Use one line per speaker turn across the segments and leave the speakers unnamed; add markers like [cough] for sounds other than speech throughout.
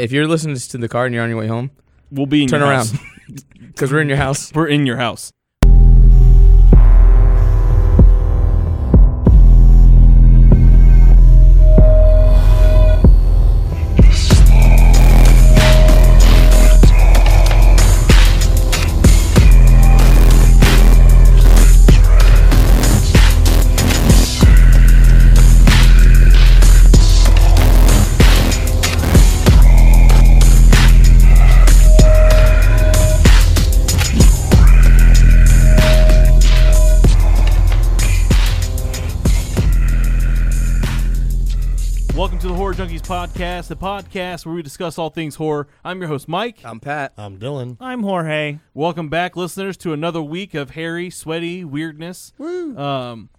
If you're listening to the car and you're on your way home,
We'll be in
turn
your
around
house. [laughs]
[laughs] because we're in your house.
We're in your house. Welcome to the Horror Junkies podcast, the podcast where we discuss all things horror. I'm your host, Mike.
I'm Pat.
I'm Um, Dylan.
I'm Jorge.
Welcome back, listeners, to another week of hairy, sweaty weirdness. Woo! Um,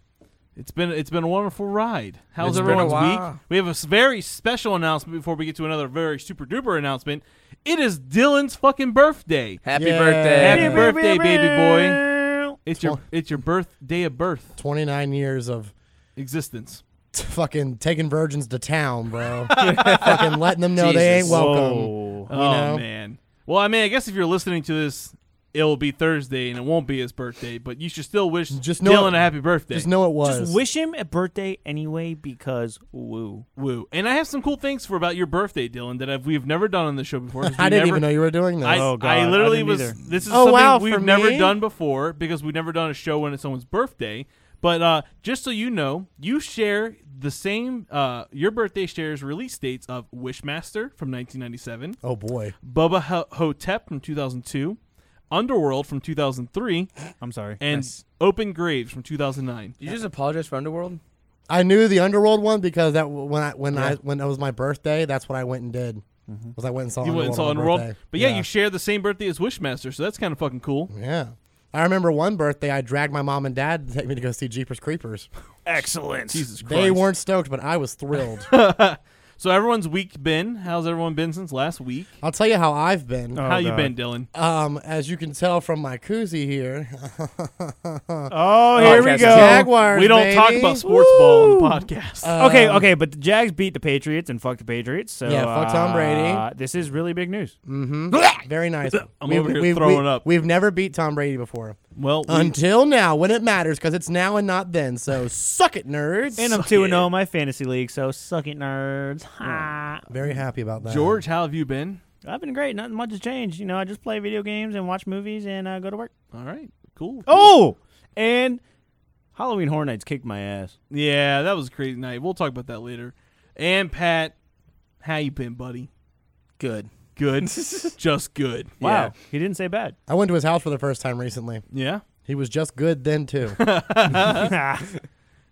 it's been it's been a wonderful ride. How's
It's been a
everyone's
while.
week? We have a s- very special announcement before we get to another very super duper announcement. It is Dylan's fucking birthday.
Happy
Yeah.
birthday.
Happy birthday, baby boy. It's your
Twen-
it's your birthday of birth
29 years of [laughs]
existence.
t- fucking taking virgins to town,
[laughs]
bro. fucking letting them know they ain't
Jesus.
welcome.
oh
know?
man. Well, I mean, I guess if you're listening to this, it'll be Thursday and it won't be his birthday, but you should still wish
Just know
Dylan
it-
a happy birthday.
Just know it was.
Just wish him a birthday anyway because woo.
Woo. And I have some cool things for about your birthday, Dylan, that I've, we've never done on the show before. 'cause
[laughs] I
we
didn't
never-
even know you were doing this.
I,
Oh, God,
I
I
literally
didn't
was.
either.
This is
Oh,
something
wow,
we've
for
never
me?
done before because we've never done a show when it's someone's birthday. But uh, just so you know, you share the same. Uh, your birthday shares release dates of Wishmaster from 1997,
oh boy.
Bubba Ho- Hotep from 2002, Underworld from 2003,
I'm sorry.
and Open Graves from 2009.
Did you just apologize for Underworld?
I knew the underworld one because that w- when I when I when it was my birthday, that's what I went and did. Was I went and saw
Mm-hmm. You
Underworld
went and saw
on my
Underworld,
birthday. Mm.
but yeah, you share the same birthday as Wishmaster, so that's kind of fucking cool.
yeah. I remember one birthday I dragged my mom and dad to take me to go see Jeepers Creepers.
Excellent.
Jesus Christ.
They weren't stoked, but I
[laughs]
was thrilled.
So everyone's week been. How's everyone been since last week?
I'll tell you how I've been.
How you
Oh, God.
been, Dylan?
Um, as you can tell from my koozie here, Uh,
Oh, here we
Podcast.
go.
Jaguars.
we don't talk
baby.
about sports ball on the podcast.
okay, okay, but the Jags beat the Patriots and fuck the Patriots. So
Uh, Yeah, fuck Tom Brady. Mm,
uh, This is really big news.
Very nice.
[laughs] I'm over here throwing up.
We've never beat Tom Brady before.
well, we-
Until now, when it matters, because it's now and not then. So suck it, nerds.
And I'm two and zero in my fantasy league. So suck it, nerds. Ha.
very happy about that.
George, how have you been?
I've been great. Nothing much has changed. You know, I just play video games and watch movies and uh, go to work.
Mm.
All right, cool.
Oh, and Halloween Horror Nights kicked my ass.
yeah, that was a crazy night. We'll talk about that later. And Pat, how you been, buddy?
Good. [laughs]
Good, just good.
Wow, he didn't say bad.
I went to his house for the first time recently.
Yeah,
He was just good then too.
[laughs]
Uh-huh.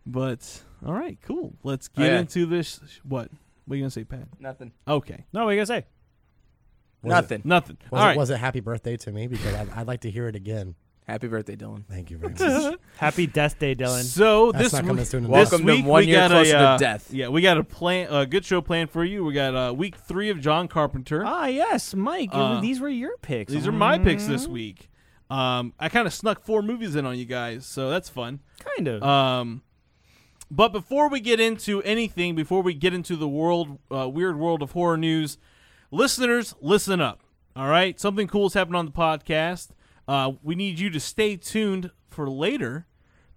but all right, cool. Let's
Oh,
get
yeah.
into this. What? What are you gonna say, Pat?
Nothing.
Okay,
[laughs] no, what are you gonna say?
Nothing.
nothing.
Was,
all
it,
right.
was it happy birthday to me? Because I'd, I'd like to hear it again.
Happy birthday, Dylan.
Thank
[laughs]
you very much.
Happy Death Day, Dylan.
So
That's
this
not coming soon
week,
enough.
this
Welcome to
week
one
we
year
got
closer
a,
to
uh,
death.
Yeah, we got a plan, a good show planned for you. We got uh, week three of John Carpenter.
Ah, yes, Mike. it was-
Uh,
these were your picks. Uh-huh.
These are my picks this
Mm-hmm.
week. Um, I kind of snuck four movies in on you guys, so that's fun.
kind of.
Um, but before we get into anything, before we get into the world, uh, weird world of horror news, listeners, listen up. All right, something cool is happening on the podcast. Uh, we need you to stay tuned for later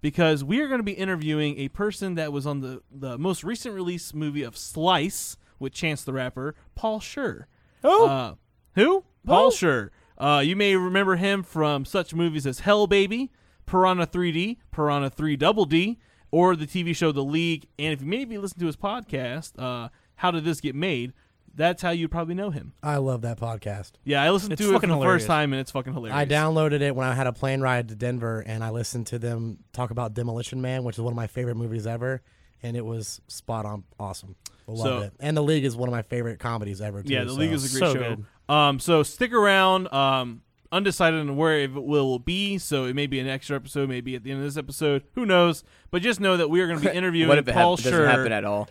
because we are going to be interviewing a person that was on the the most recent release movie of Slice with Chance the Rapper, Paul Schur.
Who?
Uh, who? Paul Schur. Uh, you may remember him from such movies as Hell Baby, Piranha 3D, Piranha 3 Double D, or the TV show The League. And if you maybe listen to his podcast, uh, How Did This Get Made? That's how you probably know him.
I love that podcast.
Yeah, I listened
It's
to it for the
fucking
first
hilarious.
time, and it's fucking hilarious.
I downloaded it when I had a plane ride to Denver, and I listened to them talk about Demolition Man, which is one of my favorite movies ever, and it was spot on, awesome. I Loved
So-
it. And the League is one of my favorite comedies ever. Too,
Yeah, The League
so-
is a great
So
show.
good.
Um, so stick around. Um, undecided on where it will be. So it may be an extra episode, maybe at the end of this episode. Who knows? But just know that we are going
[laughs]
to be interviewing
What if it hap-
Paul
doesn't
Schur.
happen
[laughs]
at all?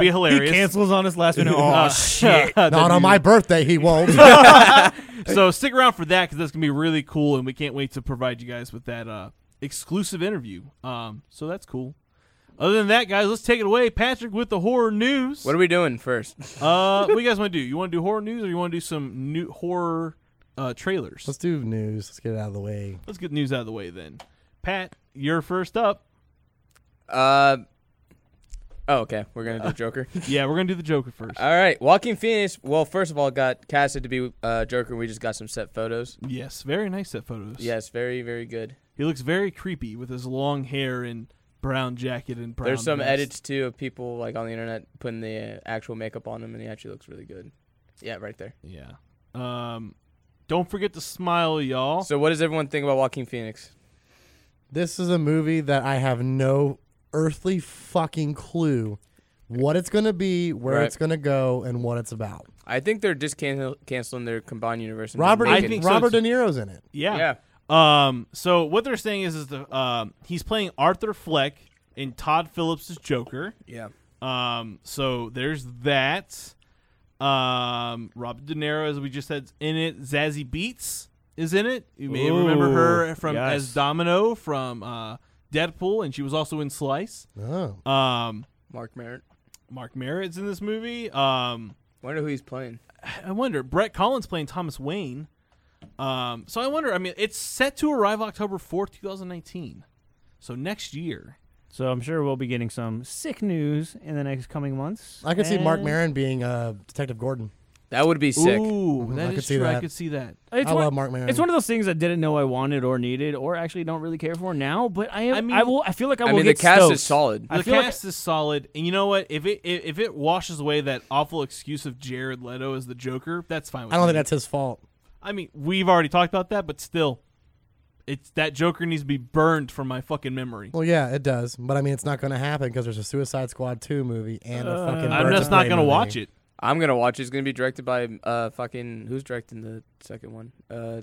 [laughs]
be hilarious. Uh,
on
[laughs]
us last minute. Oh,
shit!
Not on my birthday, he won't.
[laughs]
[laughs]
So stick around for that because that's gonna be really cool, and we can't wait to provide you guys with that uh, exclusive interview. Um, so that's cool. Other than that, guys, let's take it away, Patrick, with the horror news.
What are we doing first?
uh, what do you guys want to do? You want to do horror news, or you want to do some new horror uh, trailers?
Let's do news. Let's get it out of the way.
Let's get news out of the way then. Pat, you're
[laughs]
first up.
Uh, oh, okay. We're gonna do
[laughs]
Joker.
Yeah, we're gonna do the Joker first.
All right, Walking Phoenix. Well, first of all, got casted to be uh, Joker. We just got some set photos.
yes, very nice set photos.
Yes, very, very good.
he looks very creepy with his long hair and brown jacket and brown.
There's some
vest.
edits too of people like on the internet putting the uh, actual makeup on him, and he actually looks really good. Yeah, right there.
Yeah. Um, don't forget to smile, y'all.
So, what does everyone think about Walking Phoenix?
This is a movie that I have no earthly fucking clue what it's gonna be, where
Right.
it's gonna go, and what it's about.
I think they're just cancel- canceling their combined universe. and just
Robert E,
I
making-
think so,
Robert
too.
De Niro's in it.
yeah.
yeah.
Um, so what they're saying is, is the um, he's playing Arthur Fleck in Todd Phillips' Joker.
Yeah.
Um, so there's that. Um, Robert De Niro, as we just said, is in it. Zazie Beats is in it. You may remember her
Ooh,
from
yes.
as Domino from uh, Deadpool, and she was also in Slice.
Oh,
Um,
Mark Merritt.
Mark Merritt's in this movie. Um,
Wonder who he's playing.
I wonder. Brett Collins playing Thomas Wayne. Um, so I wonder. I mean, it's set to arrive October fourth, two thousand nineteen. So next year.
So I'm sure we'll be getting some sick news in the next coming months.
I could see Mark
And-
Maron being uh, Detective Gordon.
That would be sick.
Ooh,
Mhm,
that
I
is
could see
true. I
that.
could see that.
It's
I
one,
love Mark Maron.
It's one of those things I didn't know I wanted or needed, or actually don't really care for now. But I,
I
I,
mean-
I will. I feel like I,
I
will
mean, the
get
cast is
stoked.
solid.
I
the
feel like-
cast is solid, and you know what? If it if if it washes away that awful excuse of Jared Leto as the Joker, that's fine. With
I don't
me.
think that's his fault.
I mean, we've already talked about that, but still, it's that Joker needs to be burned from my fucking memory.
Well, yeah, it does, but I mean, it's not gonna happen because there's a Suicide Squad two movie and a fucking.
Uh, I'm
Birds
just
of
not
Prey
gonna
movie.
watch it.
I'm gonna watch. it. It's gonna be directed by uh fucking who's directing the second one? Uh,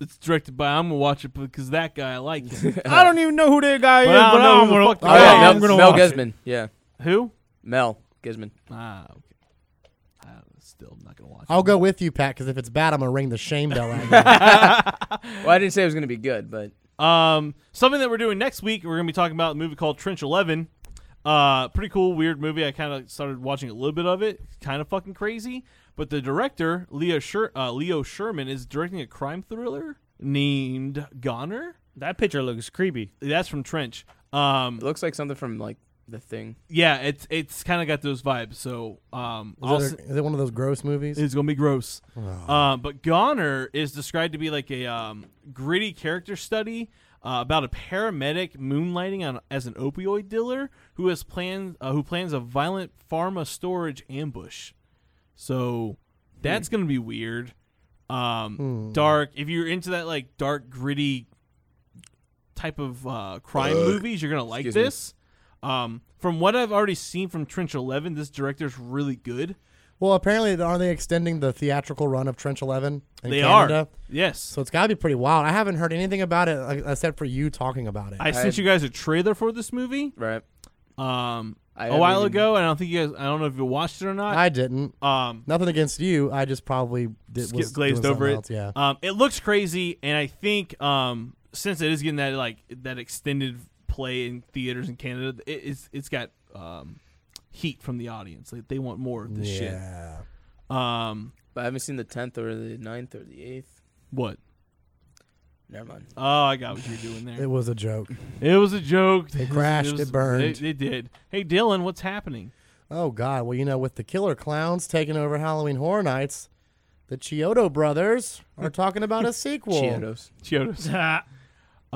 It's directed by. I'm gonna watch it because that guy I like.
[laughs]
Him.
I don't even know who that guy
But
is,
I
but
don't know
I'm
who
gonna,
the fuck that
uh, oh,
guy
yeah,
I'm
Mel,
gonna
Mel
watch it.
Gisman. Yeah,
Who?
Mel Gisman.
Ah, okay. I still not gonna watch.
I'll
it.
go with you, Pat, because if it's bad, I'm gonna ring the shame
[laughs]
bell at you.
Well, I didn't say it was gonna be good, but
Um, something that we're doing next week, we're gonna be talking about a movie called Trench Eleven. Uh, pretty cool, weird movie. I kind of started watching a little bit of it. Kind of fucking crazy. But the director, Leo, Sher- uh, Leo Sherman, is directing a crime thriller named Goner.
That picture looks creepy.
That's from Trench. Um,
it looks like something from like the thing.
yeah, it's it's kind of got those vibes. So, um, I'll s-
Is it, a- is it one of those gross movies?
It's gonna be gross. Um, but Goner is described to be like a um, gritty character study uh, about a paramedic moonlighting on, as an opioid dealer who has plans uh, who plans a violent pharma storage ambush. So that's gonna be weird, um, dark. If you're into that like dark, gritty type of uh, crime movies, you're gonna like
Excuse me.
this. Um, from what I've already seen from Trench Eleven, this director's really good.
Well, apparently, aren't they extending the theatrical run of Trench Eleven? In
they
Canada?
are yes.
So it's got to be pretty wild. I haven't heard anything about it like, except for you talking about it.
I sent you guys a trailer for this movie
Right.
um
I
a
haven't
while
even-
ago, and I don't think you guys. I don't know if you watched it or not.
I didn't.
um,
Nothing against you. I just probably did,
skip-
was
glazed
doing
over
something
it.
Else. Yeah.
Um, it looks crazy, and I think um since it is getting that like that extended play in theaters in Canada, it, it's it's got um heat from the audience. Like they want more of this
yeah.
shit. Um,
But I haven't seen the 10th or the 9th or the 8th.
what?
Never mind.
Oh, I got what you're doing there.
It was a joke.
[laughs] It was a joke.
It crashed, it burned.
It, it did. Hey, Dylan, what's happening?
Oh God. Well, you know, with the killer clowns taking over Halloween Horror Nights, the Chiodo brothers are talking about a sequel.
Chiodos.
Chiodos.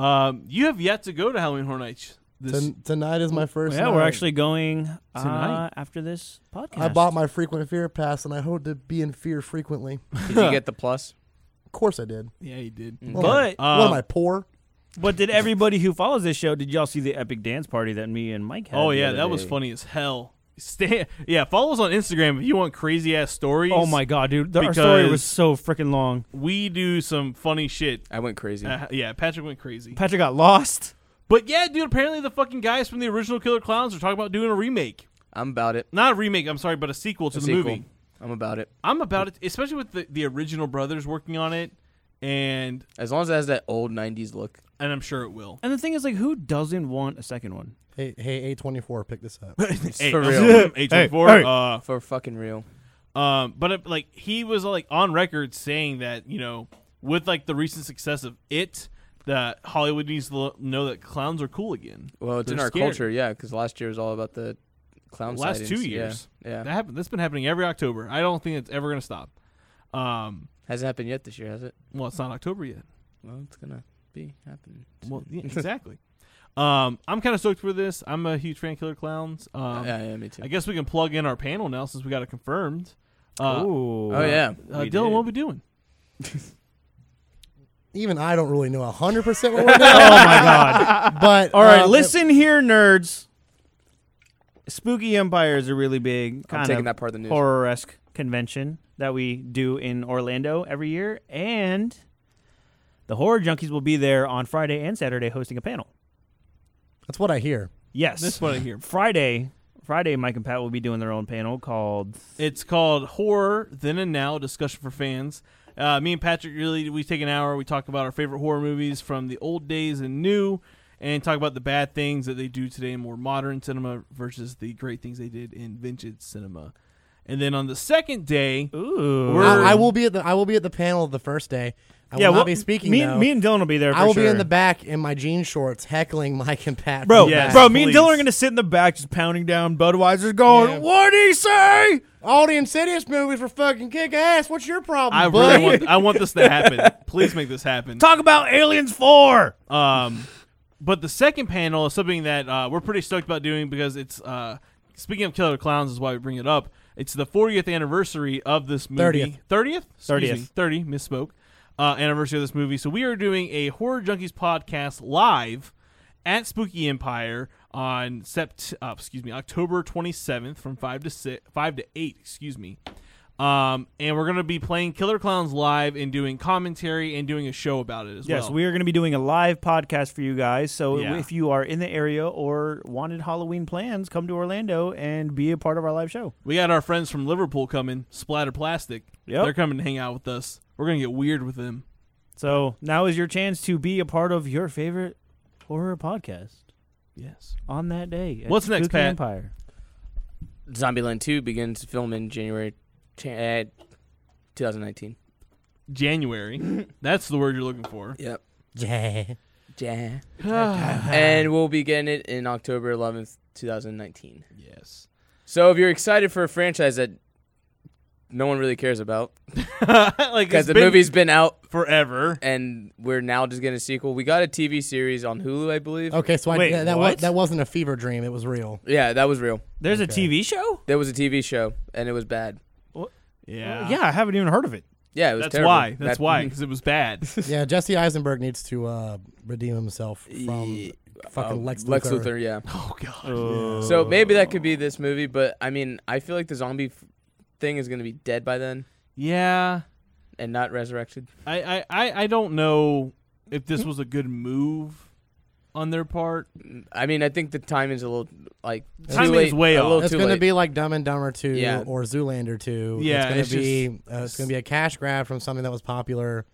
um, you have yet to go to Halloween Horror Nights. This
Ton- tonight is my first.
yeah, we're
night.
actually going uh,
Tonight.
after this podcast.
I bought my frequent fear pass, and I hope to be in fear frequently.
Did you get the plus?
Of course, I did.
yeah, you did.
Mm.
But uh,
Um,
what am I poor?
but did everybody who follows this show? Did y'all see the epic dance party that me and Mike had?
Oh
the
yeah,
other
that was
day?
funny as hell. Stay, [laughs] yeah, follow us on Instagram if you want crazy ass stories.
Oh my god, dude! The, our story
Because-
was so freaking long.
we do some funny shit.
I went crazy.
Uh, yeah, Patrick went crazy.
Patrick got lost.
But yeah, dude, apparently the fucking guys from the original Killer Clowns are talking about doing a remake.
I'm about it.
Not a remake, I'm sorry, but a sequel to
A
the
sequel.
movie.
I'm about it.
I'm about it, especially with the, the original brothers working on it. and
As long as it has that old '90s look.
and I'm sure it will.
And the thing is, like, who doesn't want a second one?
Hey, hey, A24, pick this
[laughs]
up.
Hey,
for
I'm
real.
sorry, A24,
Hey, hey.
[laughs]
uh,
For fucking real.
Um, but it, like he was like on record saying that you know with like the recent success of it, that Hollywood needs to lo- know that clowns are cool again.
Well, it's in
They're
our
scared.
culture, yeah. Because last year was all about the clown.
The last
sightings,
two
yeah,
years.
yeah.
That happened. That's been happening every October. I don't think it's ever gonna stop. Um,
Hasn't happened yet this year, has it?
well, it's not October yet.
Well, it's gonna be happening.
Well,
[laughs]
yeah, exactly. um, I'm kind of stoked for this. I'm a huge fan of Killer Clowns. Um,
yeah, yeah, me too.
I guess we can plug in our panel now since we got it confirmed. Uh,
Ooh.
oh yeah.
uh,
we
Dylan, what are
did.
we doing?
Even I don't really know 100% what
[laughs]
we're doing,
Oh my [laughs] god.
but.
All right,
um,
listen here, nerds. Spooky Empire is a really big
I'm
kind
taking
of
that part of the news.
horror esque convention that we do in Orlando every year, and the horror junkies will be there on Friday and Saturday hosting a panel.
That's what I hear.
Yes,
This one here.
Friday. Friday, Mike and Pat will be doing their own panel called
It's called Horror Then and Now Discussion for Fans. Uh, me and Patrick really we take an hour. We talk about our favorite horror movies from the old days and new, and talk about the bad things that they do today in more modern cinema versus the great things they did in vintage cinema. And then on the second day,
"Ooh."
Word.
I, I will be at the I will be at the panel the first day. I
yeah,
will
we'll
not be speaking.
Me,
though.
me and Dylan will be there. For
I will be
sure.
in the back in my jean shorts, heckling Mike and Pat. from
bro,
the
Yes,
back.
bro. Me and
please.
Dylan are gonna sit in the back, just pounding down Budweiser's, going,
Yeah.
"What do you say?"
All the Insidious movies were fucking kick ass. What's your problem?
I
bud?
really want I want this to
[laughs]
happen. Please make this happen.
Talk about Aliens Four.
Um, but the second panel is something that uh, we're pretty stoked about doing because it's uh, speaking of Killer Clowns is why we bring it up. It's the 40th anniversary of this movie. 30th. 30th? Excuse
30th.
me, 30, misspoke. Uh, anniversary of this movie. So we are doing a Horror Junkies podcast live at Spooky Empire on sept uh, excuse me, October 27th from 5 to 6 5 to 8, excuse me. Um, and we're going to be playing Killer Clowns live and doing commentary and doing a show about it as
Yes,
well.
we are going to be doing a live podcast for you guys. So
Yeah.
if you are in the area or wanted Halloween plans, come to Orlando and be a part of our live show.
We got our friends from Liverpool coming, Splatter Plastic.
Yep.
They're coming to hang out with us. We're going to get weird with them.
So now is your chance to be a part of your favorite horror podcast
Yes.
on that day. at
What's next,
Spooky
Pat?
Empire.
Zombieland 2 begins filming January cha- uh, 2019.
January. That's the word you're looking for.
Yep.
[laughs] Yeah.
[sighs]
Yeah. and we'll be getting it in October 11th, 2019.
yes.
So if you're excited for a franchise that no one really cares about
[laughs] like
because
it's
the
been
movie's been out
forever.
and we're now just getting a sequel, we got a TV series on Hulu, I believe.
Okay, so I,
Wait,
that, that, was,
what?
that wasn't a fever dream. It was
[laughs]
real.
Yeah, that was real.
There's
Okay.
a TV show?
There was a TV show and it was bad.
Yeah.
Oh, yeah, I haven't even heard of it.
Yeah, it was
That's
terrible.
why. That's
That-
why.
[laughs]
Because it was bad.
yeah, Jesse Eisenberg needs to uh, redeem himself from fucking
Uh,
Lex Luthor.
Lex Luthor, yeah.
oh god. Oh.
So maybe that could be this movie, but I mean, I feel like the zombie f- thing is going to be dead by then
Yeah.
and not resurrected.
I, I I I don't know if this was a good move on their part.
I mean, I think the time is a little like too
Timing
late,
is way
a little
off.
It's
too
going to
late.
be like Dumb and Dumber 2
Yeah.
or Zoolander 2.
Yeah, it's
it's going to be uh, it's going to be a cash grab from something that was popular.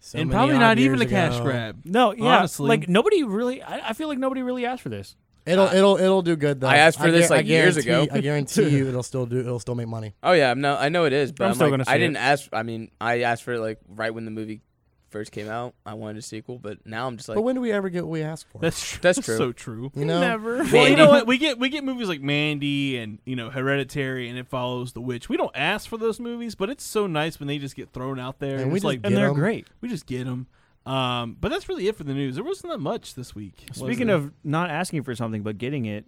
So
and
many
probably
odd
not even a
years
cash
ago.
grab.
No, yeah.
Honestly.
Like nobody really I, I feel like nobody really asked for this.
It'll it'll it'll do good though.
I asked for this,
guar- I
like, years ago.
guarantee- I guarantee you, it'll still do. It'll still make money.
Oh yeah, I'm no, I know it is, but
I'm
I'm,
still
like,
gonna see
I didn't
it.
ask. I mean, I asked for it like right when the movie first came out. I wanted a sequel, but now I'm just [laughs] like,
but when do we ever get what we ask for?
That's true.
That's true.
so true.
you know,
Never.
Well, you
Mandy.
know what? We get we get movies like Mandy and you know Hereditary and It Follows the Witch. We don't ask for those movies, but it's so nice when they just get thrown out there.
And
And
we
it's
just
like
get
and they're
'em.
great.
we just get them. Um, but that's really it for the news. There wasn't that much this week. was
Speaking
there?
of not asking for something but getting it,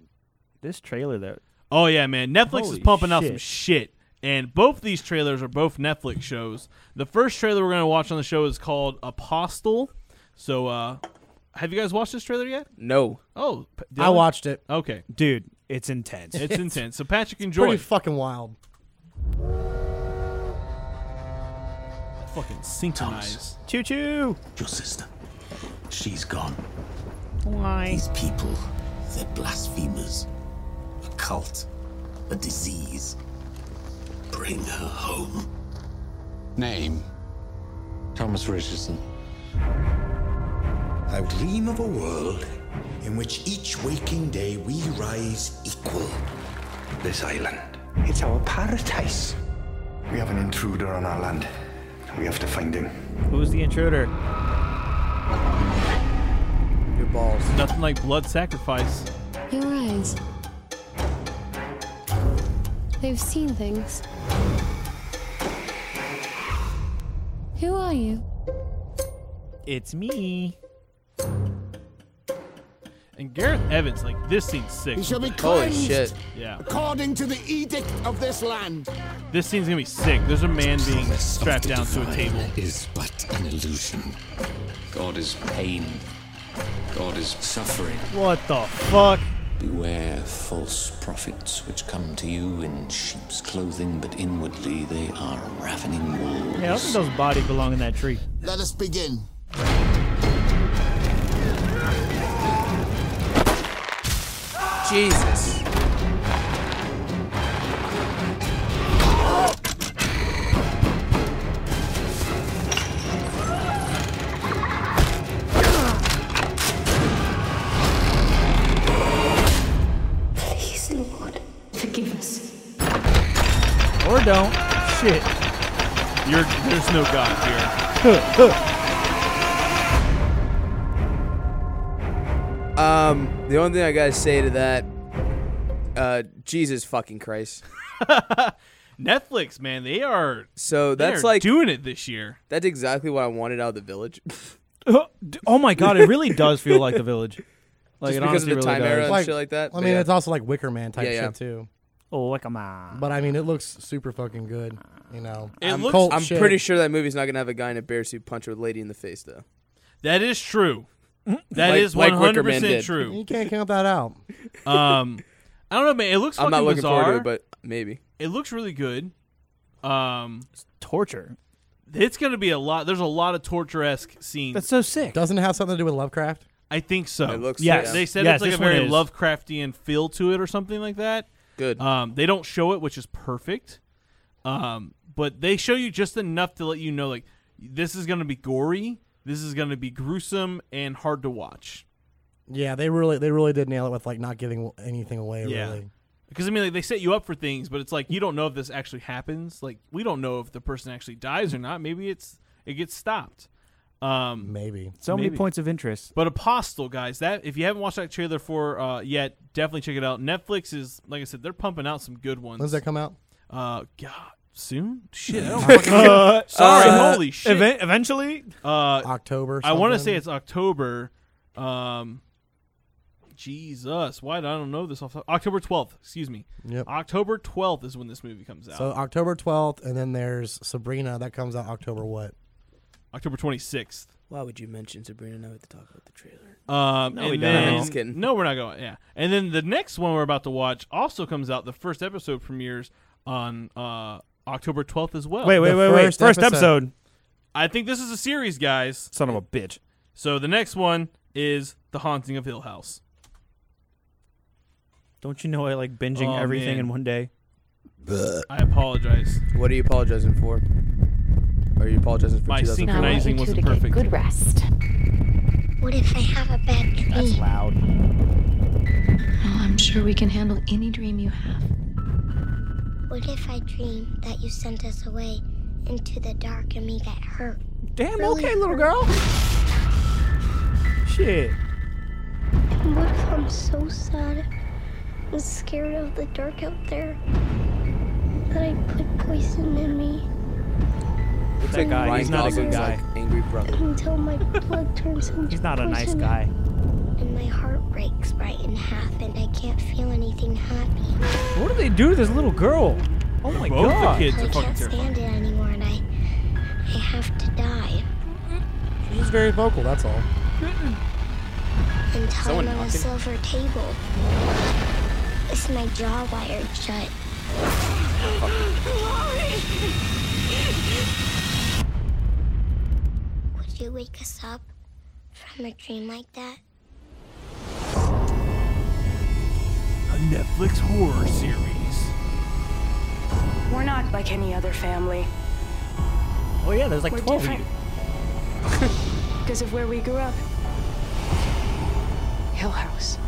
this trailer that
oh yeah, man, Netflix
Holy
is pumping out some
shit.
shit. And both these trailers are both Netflix shows. The first trailer we're gonna watch on the show is called Apostle. So, uh, have you guys watched this trailer yet?
no,
Oh, P-
I
Dylan?
watched it.
Okay,
dude, it's intense.
it's intense. So Patrick, enjoy.
Pretty fucking wild.
fucking synchronize.
Choo choo.
Your sister. She's gone.
Why?
These people, they're blasphemers. A cult. A disease. Bring her home.
Name
Thomas Richardson. I dream of a world in which each waking day we rise equal. This island, it's our paradise.
We have an intruder on our land. We have to find him.
Who's the intruder?
Your balls.
Nothing like blood sacrifice.
Your eyes. They've seen things. Who are you?
It's me.
And Gareth Evans, like this scene's sick.
He shall be
Holy
cleansed
shit.
Yeah,
according to the edict of this land.
this scene's gonna be sick. There's a man being
Promise of
strapped
the
down to a
divine
table.
Is but an illusion. God is pain. God is suffering.
What the fuck?
Beware false prophets which come to you in sheep's clothing, but inwardly they are ravening
Yeah,
wolves.
I don't think those bodies belong in that tree.
Let us begin.
Jesus.
Please, Lord, forgive us.
Or don't. Shit.
You're, there's no God here.
Um, the only thing I gotta say to that, uh, Jesus fucking Christ.
Netflix, man, they are.
So
they
that's
are
like
doing it this year.
that's exactly what I wanted out of the village.
Oh my god, it really does feel like the village. Like
Just because
it
of
honestly
the
really
time
does.
era.
Like,
shit like that,
I
but
mean,
yeah.
it's also like Wicker Man type
Yeah, yeah.
shit too.
Oh, like come on.
But I mean, it looks super fucking good. You know,
It
I'm
looks-
cold
I'm
shit.
pretty sure that movie's not gonna have a guy in a bear suit punch a lady in the face though.
That is
[laughs]
true. That
Like-
is
like Wicker
100
Man
percent
did.
true.
[laughs]
You can't count that out.
Um, I don't know, man. It looks.
I'm not
fucking
looking
bizarre.
forward to it, but maybe.
it looks really good. Um,
Torture.
it's gonna be a lot. There's a lot of torture esque scenes.
That's so sick.
Doesn't it have something to do with Lovecraft?
I think so.
It looks
Yes.
yeah,
They said
Yes,
it's like a
this one
very
is.
Lovecraftian feel to it, or something like that.
good.
Uh,
Um, they don't show it, which is perfect. Um, but they show you just enough to let you know, like, this is going to be gory, this is going to be gruesome and hard to watch.
Yeah, they really they really did nail it with like not giving anything away.
Yeah.
Really.
Because I mean, like, they set you up for things, but it's like you don't know if this actually happens. Like, we don't know if the person actually dies or not. Maybe it's it gets stopped. Um,
Maybe.
so many
maybe.
points of interest.
But Apostle, guys, that if you haven't watched that trailer for uh, yet, definitely check it out. Netflix is like I said, they're pumping out some good ones.
When's that come out?
uh, God, soon? Shit, I don't fucking know. Sorry, holy [laughs] shit.
Even- eventually,
uh,
October.
I want to
something?
say it's October. Um, Jesus, why did I don't know this off? October twelfth. Excuse me.
Yep.
October twelfth is when this movie comes out.
So October 12th, and then there's Sabrina that comes out October what?
October twenty sixth.
Why would you mention Sabrina now we have to talk about the trailer?
Um,
No,
and
we don't.
then-
I'm just kidding.
No, we're not going. Yeah, and then the next one we're about to watch also comes out. The first episode premieres on uh, October twelfth as well.
Oh, wait, wait,
the
wait, wait.
first
First
episode.
episode.
I think this is a series, guys.
Son of a bitch.
So the next one is The Haunting of Hill House.
Don't you know I like binging
Oh,
everything
man.
in one day?
I apologize.
What are you apologizing for? Are you apologizing for
My
2000?
synchronized- Synchronizing
I want you
wasn't
two to get
perfect.
Good rest.
What if I have a bad dream?
That's loud.
Oh, I'm sure we can handle any dream you have.
What if I dream that you sent us away into the dark and we get hurt?
Damn, okay, little girl. Shit.
What if I'm so sad and scared of the dark out there that I put poison in me
Looks
That guy,
Ryan
he's not a good
Gosling's,
guy.
like, angry brother.
[laughs]
until my blood turns into
He's not a nice
poison
guy.
And my heart breaks right in half and I can't feel anything happy.
What do they do to this little girl? Oh my
Both
god.
the kids
I
are fucking
can't
terrifying.
stand it anymore and I I have to die.
She's very vocal. That's all.
and
Someone
time on a
knocking?
silver table. Is my jaw wired shut? [gasps] Would you wake us up from a dream like that?
A Netflix horror series.
We're not like any other family.
Oh yeah, there's like
We're
twelve of you.
different.
because of where we grew up. Hill House.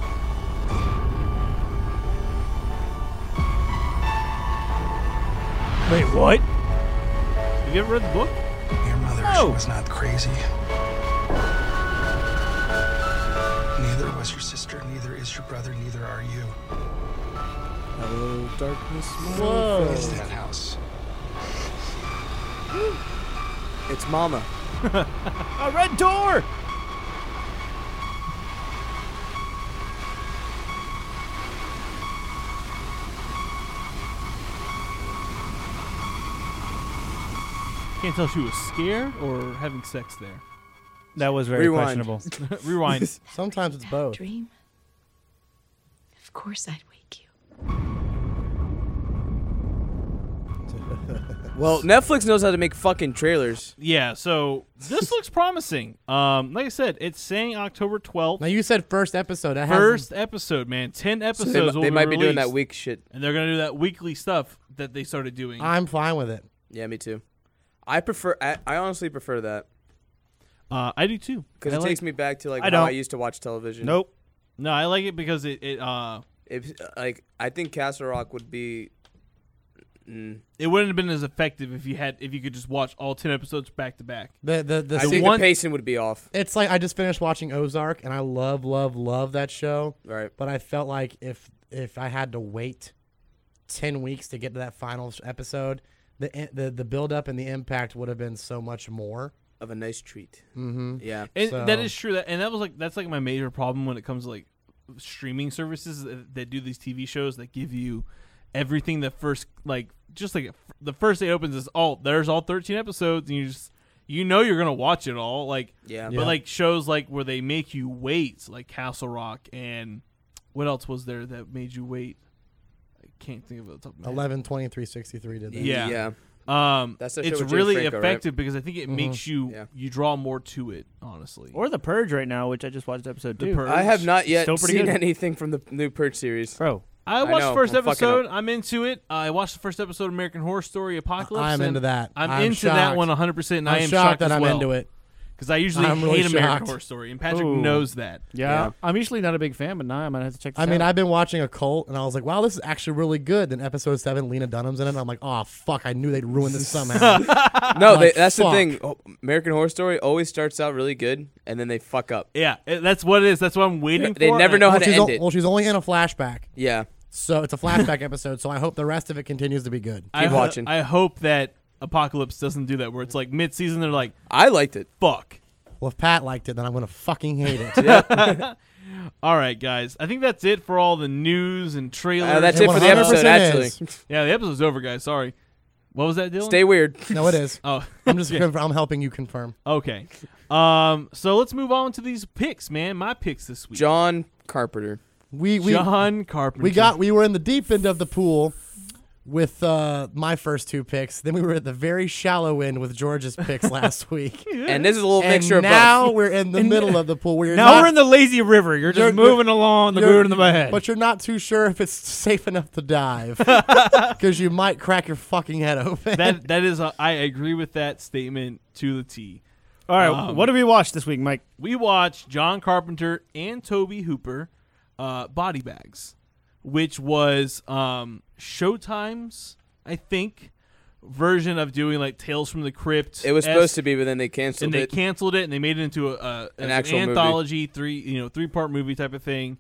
Wait, what?
Have you ever read the book?
Your mother,
No.
Oh.
she was not crazy. Neither was your sister, neither is your brother, neither are you.
Hello, darkness. my-
What is that house?
It's Mama.
A red door.
Can't tell if she was scared or having sex there.
That was very
Rewind.
questionable.
[laughs]
Rewind.
Sometimes it's both.
Dream. Of course I'd wake you.
Well, Netflix knows how to make fucking trailers.
yeah, so this looks promising. Um, like I said, it's saying October twelfth.
Now you said first episode. That hasn't-
First episode, man. Ten
So
episodes.
they,
will
they might be doing that
released,
weak shit.
and they're gonna do that weekly stuff that they started doing.
Uh,
I'm fine with it.
Yeah, me too. I prefer. I, I honestly prefer that
Uh, I do too.
because
I
it
like-
takes me back to like
I
how I
don't.
used to watch television.
nope.
No, I like it because it, it uh
If like I think Castle Rock would be. Mm,
it wouldn't have been as effective if you had if you could just watch all ten episodes back to back.
The the the,
I
se-
think
one-
the pacing would be off.
it's like I just finished watching Ozark, and I love love love that show.
Right.
But I felt like if if I had to wait ten weeks to get to that final s- episode, the i- the the build up and the impact would have been so much more.
Of a nice treat. Mm-hmm. Yeah.
And that
So-
is true. That and that was like that's like my major problem when it comes to like streaming services that, that do these TV shows that give you everything the first like just like the first day it opens is all there's all 13 episodes and you just you know you're gonna watch it all like
Yeah.
but
Yeah.
like shows like where they make you wait like Castle Rock and what else was there that made you wait I can't think of it off the top of my head.
11, 20, 363 did that.
Yeah.
Yeah.
Um,
That's the shit
it's
with James
really
Franco, right?
effective because I think
Mm-hmm.
it makes you
Yeah.
you draw more to it. Honestly,
Or the Purge right now, which I just watched episode
The
two.
Purge.
I have not yet
Still pretty
seen
good.
anything from the new Purge series.
Bro,
I
I
watched
know,
the 1st
I'm fucking
episode. I'm into it. I watched the first episode of American Horror Story Apocalypse.
I'm
and
into that.
I'm,
I'm
into that
shocked.
one 100. percent and
I'm
I am
shocked,
shocked
that
as
I'm
well,
into it.
because I usually
I'm
hate
really
American
shocked.
Horror Story, and Patrick
Ooh.
knows that.
Yeah.
Yeah, I'm usually not a big fan, but now I might have to check. This
I mean,
out.
I've been watching a cult, and I was like, "Wow, this is actually really good." Then episode seven, Lena Dunham's in it. And I'm like, "Oh fuck, I knew they'd ruin
[laughs]
this somehow."
No,
Like,
they, that's
fuck.
the thing. Oh, American Horror Story always starts out really good and then they fuck up.
Yeah, it- that's what it is. That's what I'm waiting for.
They never
and-
know how
well,
to
she's
end
o-
it.
well, she's only in a flashback,
Yeah.
so it's a flashback [laughs] episode. So I hope the rest of it continues to be good.
I,
Keep
ho-
watching.
I hope that Apocalypse doesn't do that, where it's like mid season they're like,
I liked it.
"Fuck."
Well, if Pat liked it, then I'm gonna fucking hate it.
All right, guys. I think that's it for all the news and trailers.
Uh, that's
It
it for the episode,
100%
actually.
is.
Yeah, the episode's over, guys. Sorry. What was that, Dylan?
Stay weird. [laughs]
[laughs] no,
[laughs]
it is.
Oh,
I'm just confirm- I'm helping you confirm.
okay. Um, so let's move on to these picks, man. My picks this week.
John Carpenter.
We we
John Carpenter.
we got we were in the deep end of the pool with uh, my first two picks. Then we were at the very shallow end with
[laughs]
George's picks last week.
And this is a little
and
mixture
now
of both.
we're in the middle of the pool. Where you're
now
not-
we're in the lazy river. You're just
You're-
moving along the
you're-
moon in my head.
But you're not too sure if it's safe enough to dive
[laughs]
because you might crack your fucking head
[laughs]
open.
that. That is, a, I agree with that statement to the T.
All right,
Um,
what did we watch this week, Mike?
We watched John Carpenter and Toby Hooper, uh, Body Bags, which was um, Showtime's, I think, version of doing like Tales from the Crypt.
It was supposed to be, but then they
and
canceled
they
it.
canceled it and they made it into a, a an,
actual movie.
anthology three you know three part movie type of thing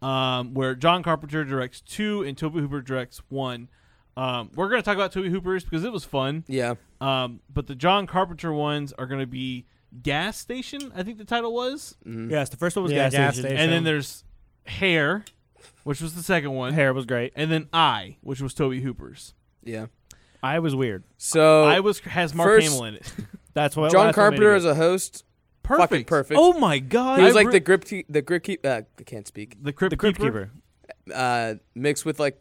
um, where john carpenter directs two and toby hooper directs one um, we're going to talk about toby hooper's because it was fun
yeah.
um, but the john carpenter ones are going to be gas station i think the title was
Yes, the first one was
Yeah,
gas,
gas
station.
station.
and then there's hair which was the second one
And hair was great.
and then i which was toby hooper's
Yeah.
I was weird.
So
i was has mark
Oh, first-
hamill in it
That's
John
what that's what made it
Carpenter
good.
as a host,
[laughs] perfect
fucking perfect.
Oh my god!
he was
I
like
re-
the grip, te- the grip keep. Uh, I can't speak.
the crypt,
the Crypt
keeper.
Keeper.
Uh, mixed with like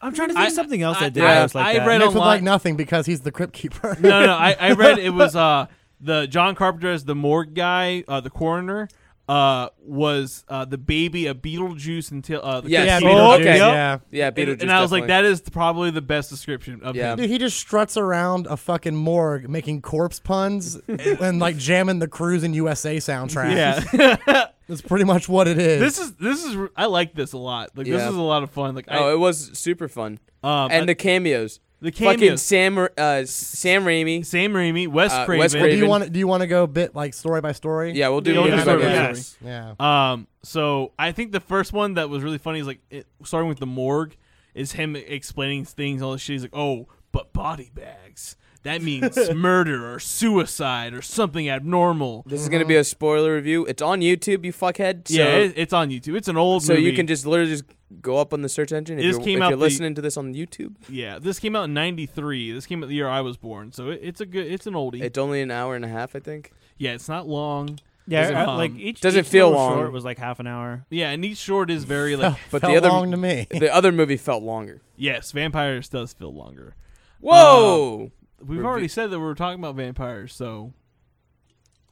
I'm trying to think
I-
of something else
I-
that did
I-
I, was like
I
that.
read
Mixed with
online-
like nothing because he's the crypt
[laughs]
keeper.
no, no. I, I read it was uh the John Carpenter as the morgue guy, uh, the coroner. uh, was uh, the baby a Beetlejuice until uh, the
Yes.
Christina
Oh,
Beetlejuice.
okay. Yep.
Yeah.
Yeah,
And,
Beetlejuice.
and I was like,
definitely.
that is the, probably the best description of
Yeah.
him.
[laughs]
Dude, he just struts around a fucking morgue making
[laughs]
corpse puns and like jamming the Cruising USA soundtrack.
Yeah,
[laughs] That's pretty much what it
[laughs]
is.
this is this is I like this a lot. Like this
Yeah.
is a lot of fun. Like
Oh, it was super fun.
I, um,
and
I-
the cameos.
the
Fucking
cameos,
Sam, uh, S- Sam Raimi.
Sam Raimi, Wes
uh,
Craven.
Wes
do you
Raven.
want do you want to go bit like story by story?
Yeah,
[laughs]
we'll do
Yeah, we'll
it.
do
Okay.
Sam Raimi.
Yes.
Yeah.
Um, so I think the first one that was really funny is like it, starting with the morgue is him explaining things, all this shit. He's like, oh, but body bags. That
[laughs]
means murder or suicide or something abnormal.
This is gonna be a spoiler review. It's on YouTube, you fuckhead. So,
yeah, it, it's on YouTube. It's an old
so
movie.
you can just literally just go up on the search engine. If
This
you're,
came
if
out
you're
the-
listening to this on YouTube,
yeah, this came out in '93. This came out the year I was born, so it, it's a good. It's an oldie.
it's only an hour and a half, I
[laughs]
think.
yeah, it's not long. Doesn't-
Yeah, uh, like
um,
each
doesn't
each
feel
little
long.
Short was like half an hour.
Yeah, and each short is
[laughs]
very like
But
Felt
the other
long
[laughs]
to me.
the other movie felt longer.
yes, vampires does feel longer.
Whoa!
We've
Review-
already said that we were talking about vampires, so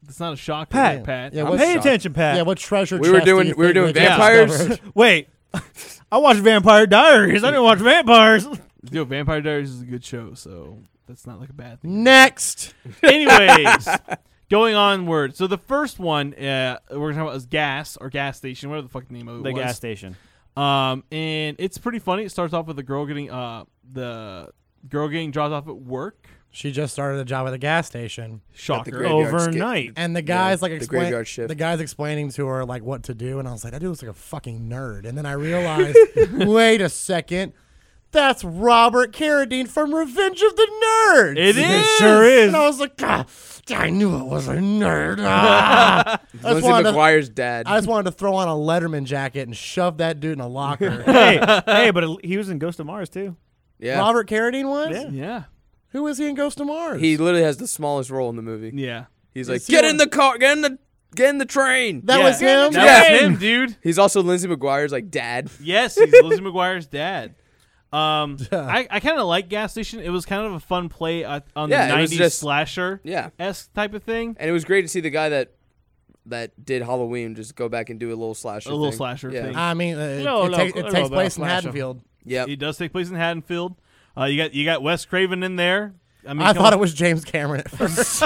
it's not a shock, to
Pat.
you, Pat.
Yeah,
I'm
what-
paying attention, Pat.
Yeah, what treasure
we were
chest do
doing
you
we were doing
think
just
vampires.
discovered?
Wait, [laughs] I watched Vampire Diaries. I didn't watch [laughs] vampires.
Yo, Vampire Diaries is a good show, so that's not like a bad thing.
Next.
[laughs]
Anyways, going onward. So the first one uh, we're talking about is gas or gas station, whatever the fuck the name of it
The
was.
gas station.
Um, and it's pretty funny. It starts off with a girl getting uh the girl getting dropped off at work.
She just started a job at a gas station.
Shocker.
graveyard skip.
Overnight. [laughs]
And the guy's like
the
explain,
graveyard shift.
The guy's explaining to her like what to do, and I was like, that dude looks like a fucking nerd. And then
[laughs]
I realized, wait a second, that's Robert Carradine from Revenge of the Nerds.
It is.
sure is.
And I was like, "Ah, I knew it was a nerd.
[laughs]
Ah." I, just
Lindsay
wanted to,
McGuire's dad.
I just wanted to throw on a Letterman jacket and shove that dude in a locker.
[laughs]
hey, hey, but it- he was in Ghost of Mars too.
yeah,
Robert Carradine was.
Yeah.
Who is he in Ghost of Mars?
he literally has the smallest role in the movie.
Yeah.
He's like,
he
get
on-
in the car, get in the get in the train.
that
Yeah.
was him.
That
Yeah.
was [laughs] him, dude.
He's also Lindsay McGuire's like dad.
Yes, he's Lizzie McGuire's dad. Um, I, I kind of like Gas Station. It was kind of a fun play uh, on
Yeah,
the
it was
90s
just-
slasher
Yeah,
esque type of thing.
and it was great to see the guy that that did Halloween just go back and do a little slasher.
A little
thing.
slasher
yeah.
thing.
I mean, uh, it,
No,
it
no,
take- it
no,
takes
no,
place in
flash him.
Haddonfield.
Yep.
It does take place in Haddonfield. Uh, you got you got Wes Craven in there. I mean,
I
come
thought
on.
it was James Cameron
[laughs]
at first.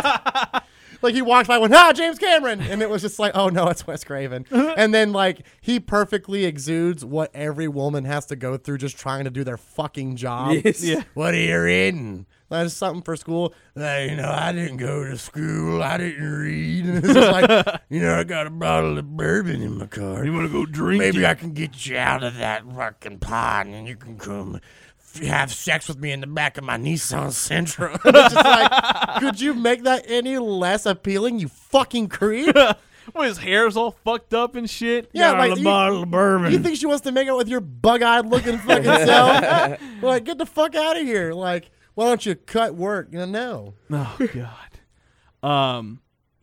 like he walked by, and went, "Ah, James Cameron," and it was just like, "Oh no, it's
[laughs]
Wes Craven." and then like he perfectly exudes what every woman has to go through just trying to do their fucking job.
Yes. Yeah.
What are you reading? That's something for school. Like, you know, I didn't go to school. I didn't read. [laughs] And it's just like, you know, I got a bottle of bourbon in my car.
You want to go drink?
Maybe
it?
I can get you out of that fucking pod, and you can come f- have sex with me in the back of my Nissan Sentra. [laughs] It's just like, could you make that any less appealing? You fucking creep.
Well, his hair's all fucked up and shit.
Yeah,
Got
like
a
you,
bottle of bourbon.
you think she wants to make out with your bug-eyed looking fucking self? like, get the fuck out of here. Like, why don't you cut work? You know, no.
Oh God. Um,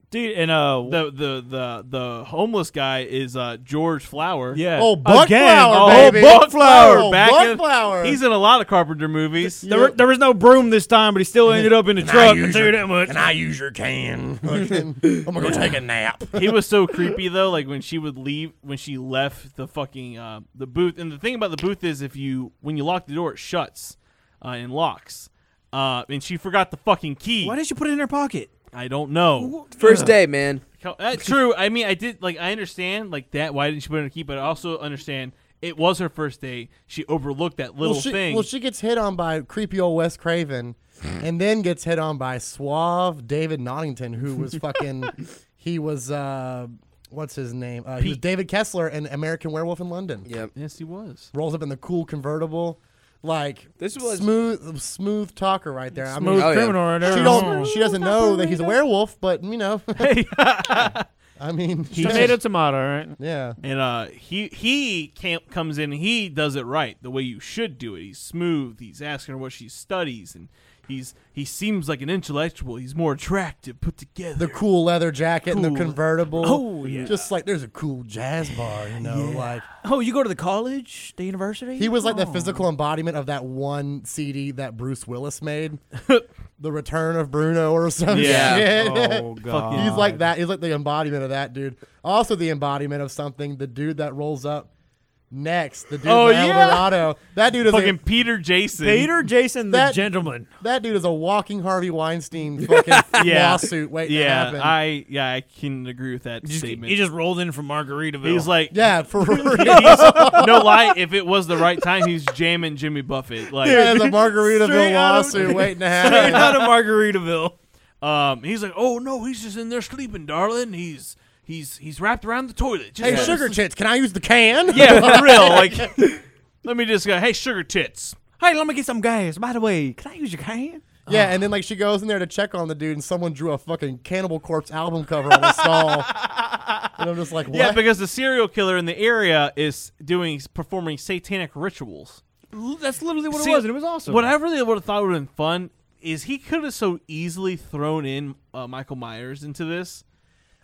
dude, and uh,
the the the the homeless guy is uh George Flower.
yeah,
Oh, Buck
again,
Flower,
oh,
baby. Flower,
Buck Flower.
Back
Buck
in-
Flower.
He's in a lot of Carpenter movies.
There, were, there was no broom this time, but he still ended up in
[laughs]
the truck. I'll
use
tell you
your-
that much.
And I use your can.
I'm gonna go take a nap.
he was so creepy though. Like when she would leave, when she left the fucking uh, the booth. And the thing about the booth is, if you when you lock the door, it shuts uh, and locks. Uh, and she forgot the fucking key.
Why did she put it in her pocket?
I don't know.
First day, man.
That's true. I mean, I did like I understand like that. Why didn't she put it in her key? But I also understand it was her first day. She overlooked that little
well, she,
thing.
Well, she gets hit on by creepy old Wes Craven, and then gets hit on by suave David Noddington, who was fucking. he was uh, what's his name? Uh, he was
Pete.
David Kessler in American Werewolf in London.
Yep.
yes, he was.
Rolls up in the cool convertible, like
This was-
smooth, smooth talker right there.
Smooth
Oh, yeah.
criminal right there.
I mean, she
Oh.
Mm.
don't. She doesn't know that he's a werewolf, but you know. [laughs] I mean, he
Tomato, tomato, right?
Yeah.
And uh, he he cam comes in. and He does it right the way you should do it. He's smooth. He's asking her what she studies, and he's he seems like an intellectual. He's more attractive, put together.
the cool leather jacket and
Cool.
the convertible.
Oh, yeah.
Just like there's a cool jazz bar, you know, like
Oh, you go to the college, the university?
Oh. [laughs]
Oh.
he was like the physical embodiment of that one CD that Bruce Willis made. the return of Bruno or some
Yeah.
shit. [laughs]
Oh,
God.
He's like that. He's like the embodiment of that dude. Also, the embodiment of something. The dude that rolls up next. The dude,
Oh,
in El
yeah.
Dorado. That dude is
Fucking
a,
Peter Jason.
Peter Jason, the
That-
gentleman.
that dude is a walking Harvey Weinstein
[laughs]
fucking
Yeah.
lawsuit waiting to
Yeah,
happen.
I yeah I can agree with that
Just-
statement.
he just rolled in from Margaritaville.
he's like [laughs]
yeah, for real.
no lie. If it was the right time, he's jamming Jimmy Buffett. Like
Yeah, the Margaritaville
Straight out
[laughs]
of-
lawsuit waiting to
straight
happen.
[laughs] out of Margaritaville.
Um, he's like, oh no, he's just in there sleeping, darling. He's he's he's wrapped around the toilet. Just
Hey,
let
sugar
us-
tits, can I use the can?
Yeah,
[laughs]
for real. Like, let me just go. Hey, sugar tits.
Hey, let me get some gas. By the way, can I use your can?
Yeah,
Uh-huh.
and then like she goes in there to check on the dude, and someone drew a fucking Cannibal Corpse album cover on the stall. and I'm just like, what?
Yeah, because the serial killer in the area is doing performing satanic rituals.
L- That's literally what
See,
it was, and it was awesome.
What I really would have thought would have been fun is he could have so easily thrown in uh, Michael Myers into this.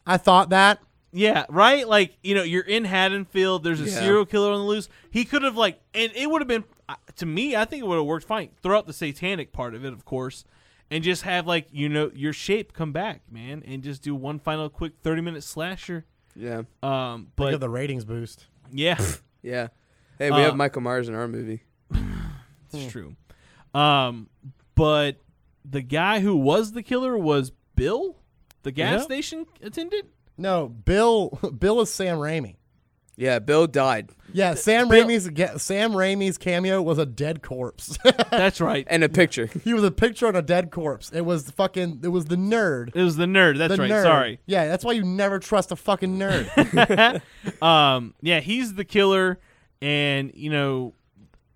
I thought that.
Yeah, right. Like you know, you're in Haddonfield. There's a serial killer on the loose. He could have like, and it would have been uh, to me. I think it would have worked fine. Throw out the satanic part of it, of course, and just have like you know your shape come back, man, and just do one final quick thirty minute slasher.
Yeah.
Um,
Give
but
the ratings boost.
[laughs]
[laughs]
yeah,
Yeah. Hey, we
Uh,
have Michael Myers in our movie.
it's true. Um, but the guy who was the killer was Bill, the gas
Yeah.
station attendant.
No, Bill. [laughs] Bill is Sam Raimi.
Yeah, Bill died.
Yeah, Sam Raimi's ga- Sam Raimi's cameo was a dead corpse. [laughs]
That's right.
And a
[laughs]
picture.
he was a picture on a dead corpse. It was fucking. It was the nerd.
It was the nerd. That's
the
right.
nerd.
Sorry.
Yeah, that's why you never trust a fucking
[laughs]
nerd.
um, yeah, he's the killer, and you know,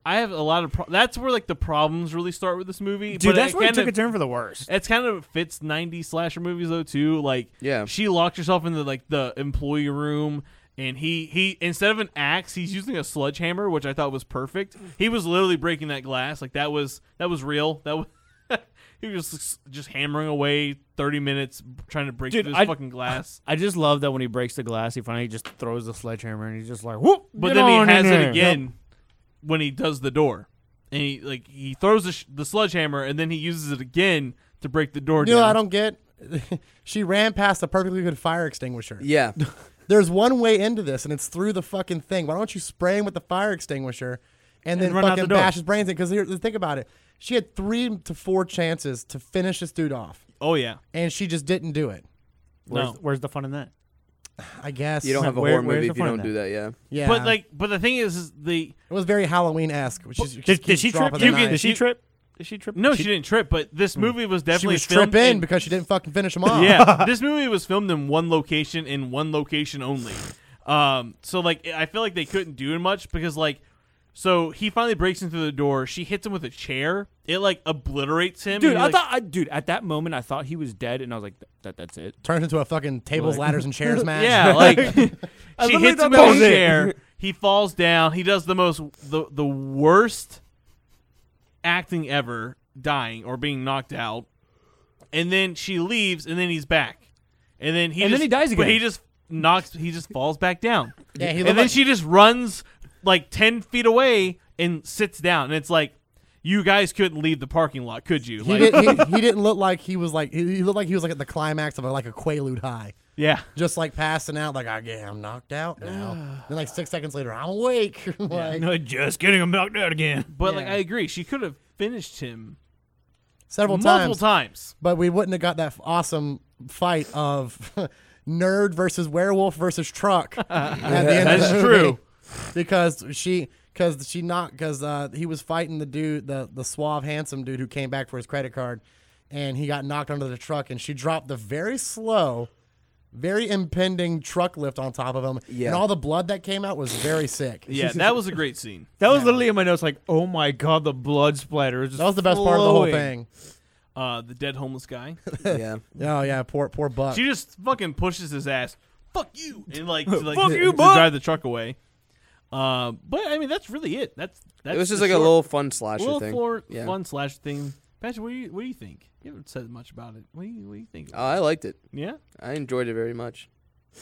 I have a lot of. Pro- that's where like the problems really start with this movie,
Dude,
But
that's
it
where it
kind
took
of,
a turn for the worst.
It's kind of fits '90s slasher movies though too. Like,
Yeah.
she locked herself into like the employee room. And he, he instead of an axe, he's using a sledgehammer, which I thought was perfect. He was literally breaking that glass, like that was that was real. That was [laughs] he was just, just hammering away thirty minutes trying to break
Dude,
through this
I-
fucking glass.
I just love that when he breaks the glass, he finally just throws the sledgehammer and he's just like, whoop.
But
get
then
on
he
in
has
there."
it again when he does the door, and he like he throws the, sh- the sledgehammer, and then he uses it again to break the door
you know,
down.
what I don't get. [laughs] she ran past a perfectly good fire extinguisher.
Yeah.
There's one way into this, and it's through the fucking thing. Why don't you spray him with the fire extinguisher and then
run out
fucking
the door.
bash his brains in? Because think about it. She had three to four chances to finish this dude off,
Oh yeah,
and she just didn't do it.
Where's,
No.
where's the fun in that?
I guess.
You don't have a
Where-
horror
where's
movie
the
if you
fun in
don't do that,
[laughs]
yeah.
Yeah.
but like, but the thing is, is the
it was very Halloween esque.
Did, did she trip?
The
You
knife.
can- Did she
You-
trip? Did she Hmm. trip?
no, she, didn't trip, but this movie was
She
definitely
was
filmed
tripping
in-
because she didn't fucking finish him off.
[laughs]
[laughs]
yeah, this movie was filmed in one location in one location only. Um, so like I feel like they couldn't do much because like so he finally breaks into the door. She hits him with a chair. It like obliterates him.
Dude,
and he,
I
like-
thought, I, dude, at that moment, I thought he was dead, and I was like, that,
[laughs]
that's it.
Turns into a fucking tables, ladders, and chairs match.
Yeah,
[laughs]
like she
literally
hits him with
thought that
a
was it.
chair. He falls down. He does the most the the worst acting ever, dying or being knocked out. And then she leaves, and then he's back, and then he
And then
just-
he dies
But
again.
he just knocks. He just falls back down. [laughs]
Yeah,
and
he
then
looked like-
she just runs like ten feet away and sits down, and it's like. You guys couldn't leave the parking lot, could
[laughs]
you?
He,
Like,
did, he, he didn't look like he was like he he looked like he was like at the climax of a, like a Quaalude high,
yeah.
just like passing out, like I yeah, I'm knocked out now. then like six seconds later, I'm awake. [laughs] like,
No, just getting him knocked out again.
But like
Yeah.
I agree, she could have finished him
several
multiple
times,
times.
but we wouldn't have got that f- awesome fight of [laughs] nerd versus werewolf versus truck at the end.
That's
of the
true.
movie. because she because she knocked because uh, he was fighting the dude the the suave handsome dude who came back for his credit card and he got knocked under the truck and she dropped the very slow very impending truck lift on top of him
Yeah.
and all the blood that came out was very sick
Yeah,
[laughs]
that was a great scene.
That was literally in my notes, like, oh my god, the blood splatter. Is just
that was the best part of the whole
flowing.
thing
Uh, the dead homeless guy.
Yeah.
oh yeah poor poor
[laughs]
buck
She just fucking pushes his ass. Fuck you, and [laughs] like, to, like
Fuck
to-
you,
to
bud.
drive the truck away. Uh, but I mean, that's really it. That's that's
It was just
the
like a
short-
little fun slasher
little
thing.
floor-
yeah.
fun slash thing. Patrick, what do you what do
Uh,
you think? You haven't said much about it. What do you what do you think?
Oh, I liked it.
yeah,
I enjoyed it very much.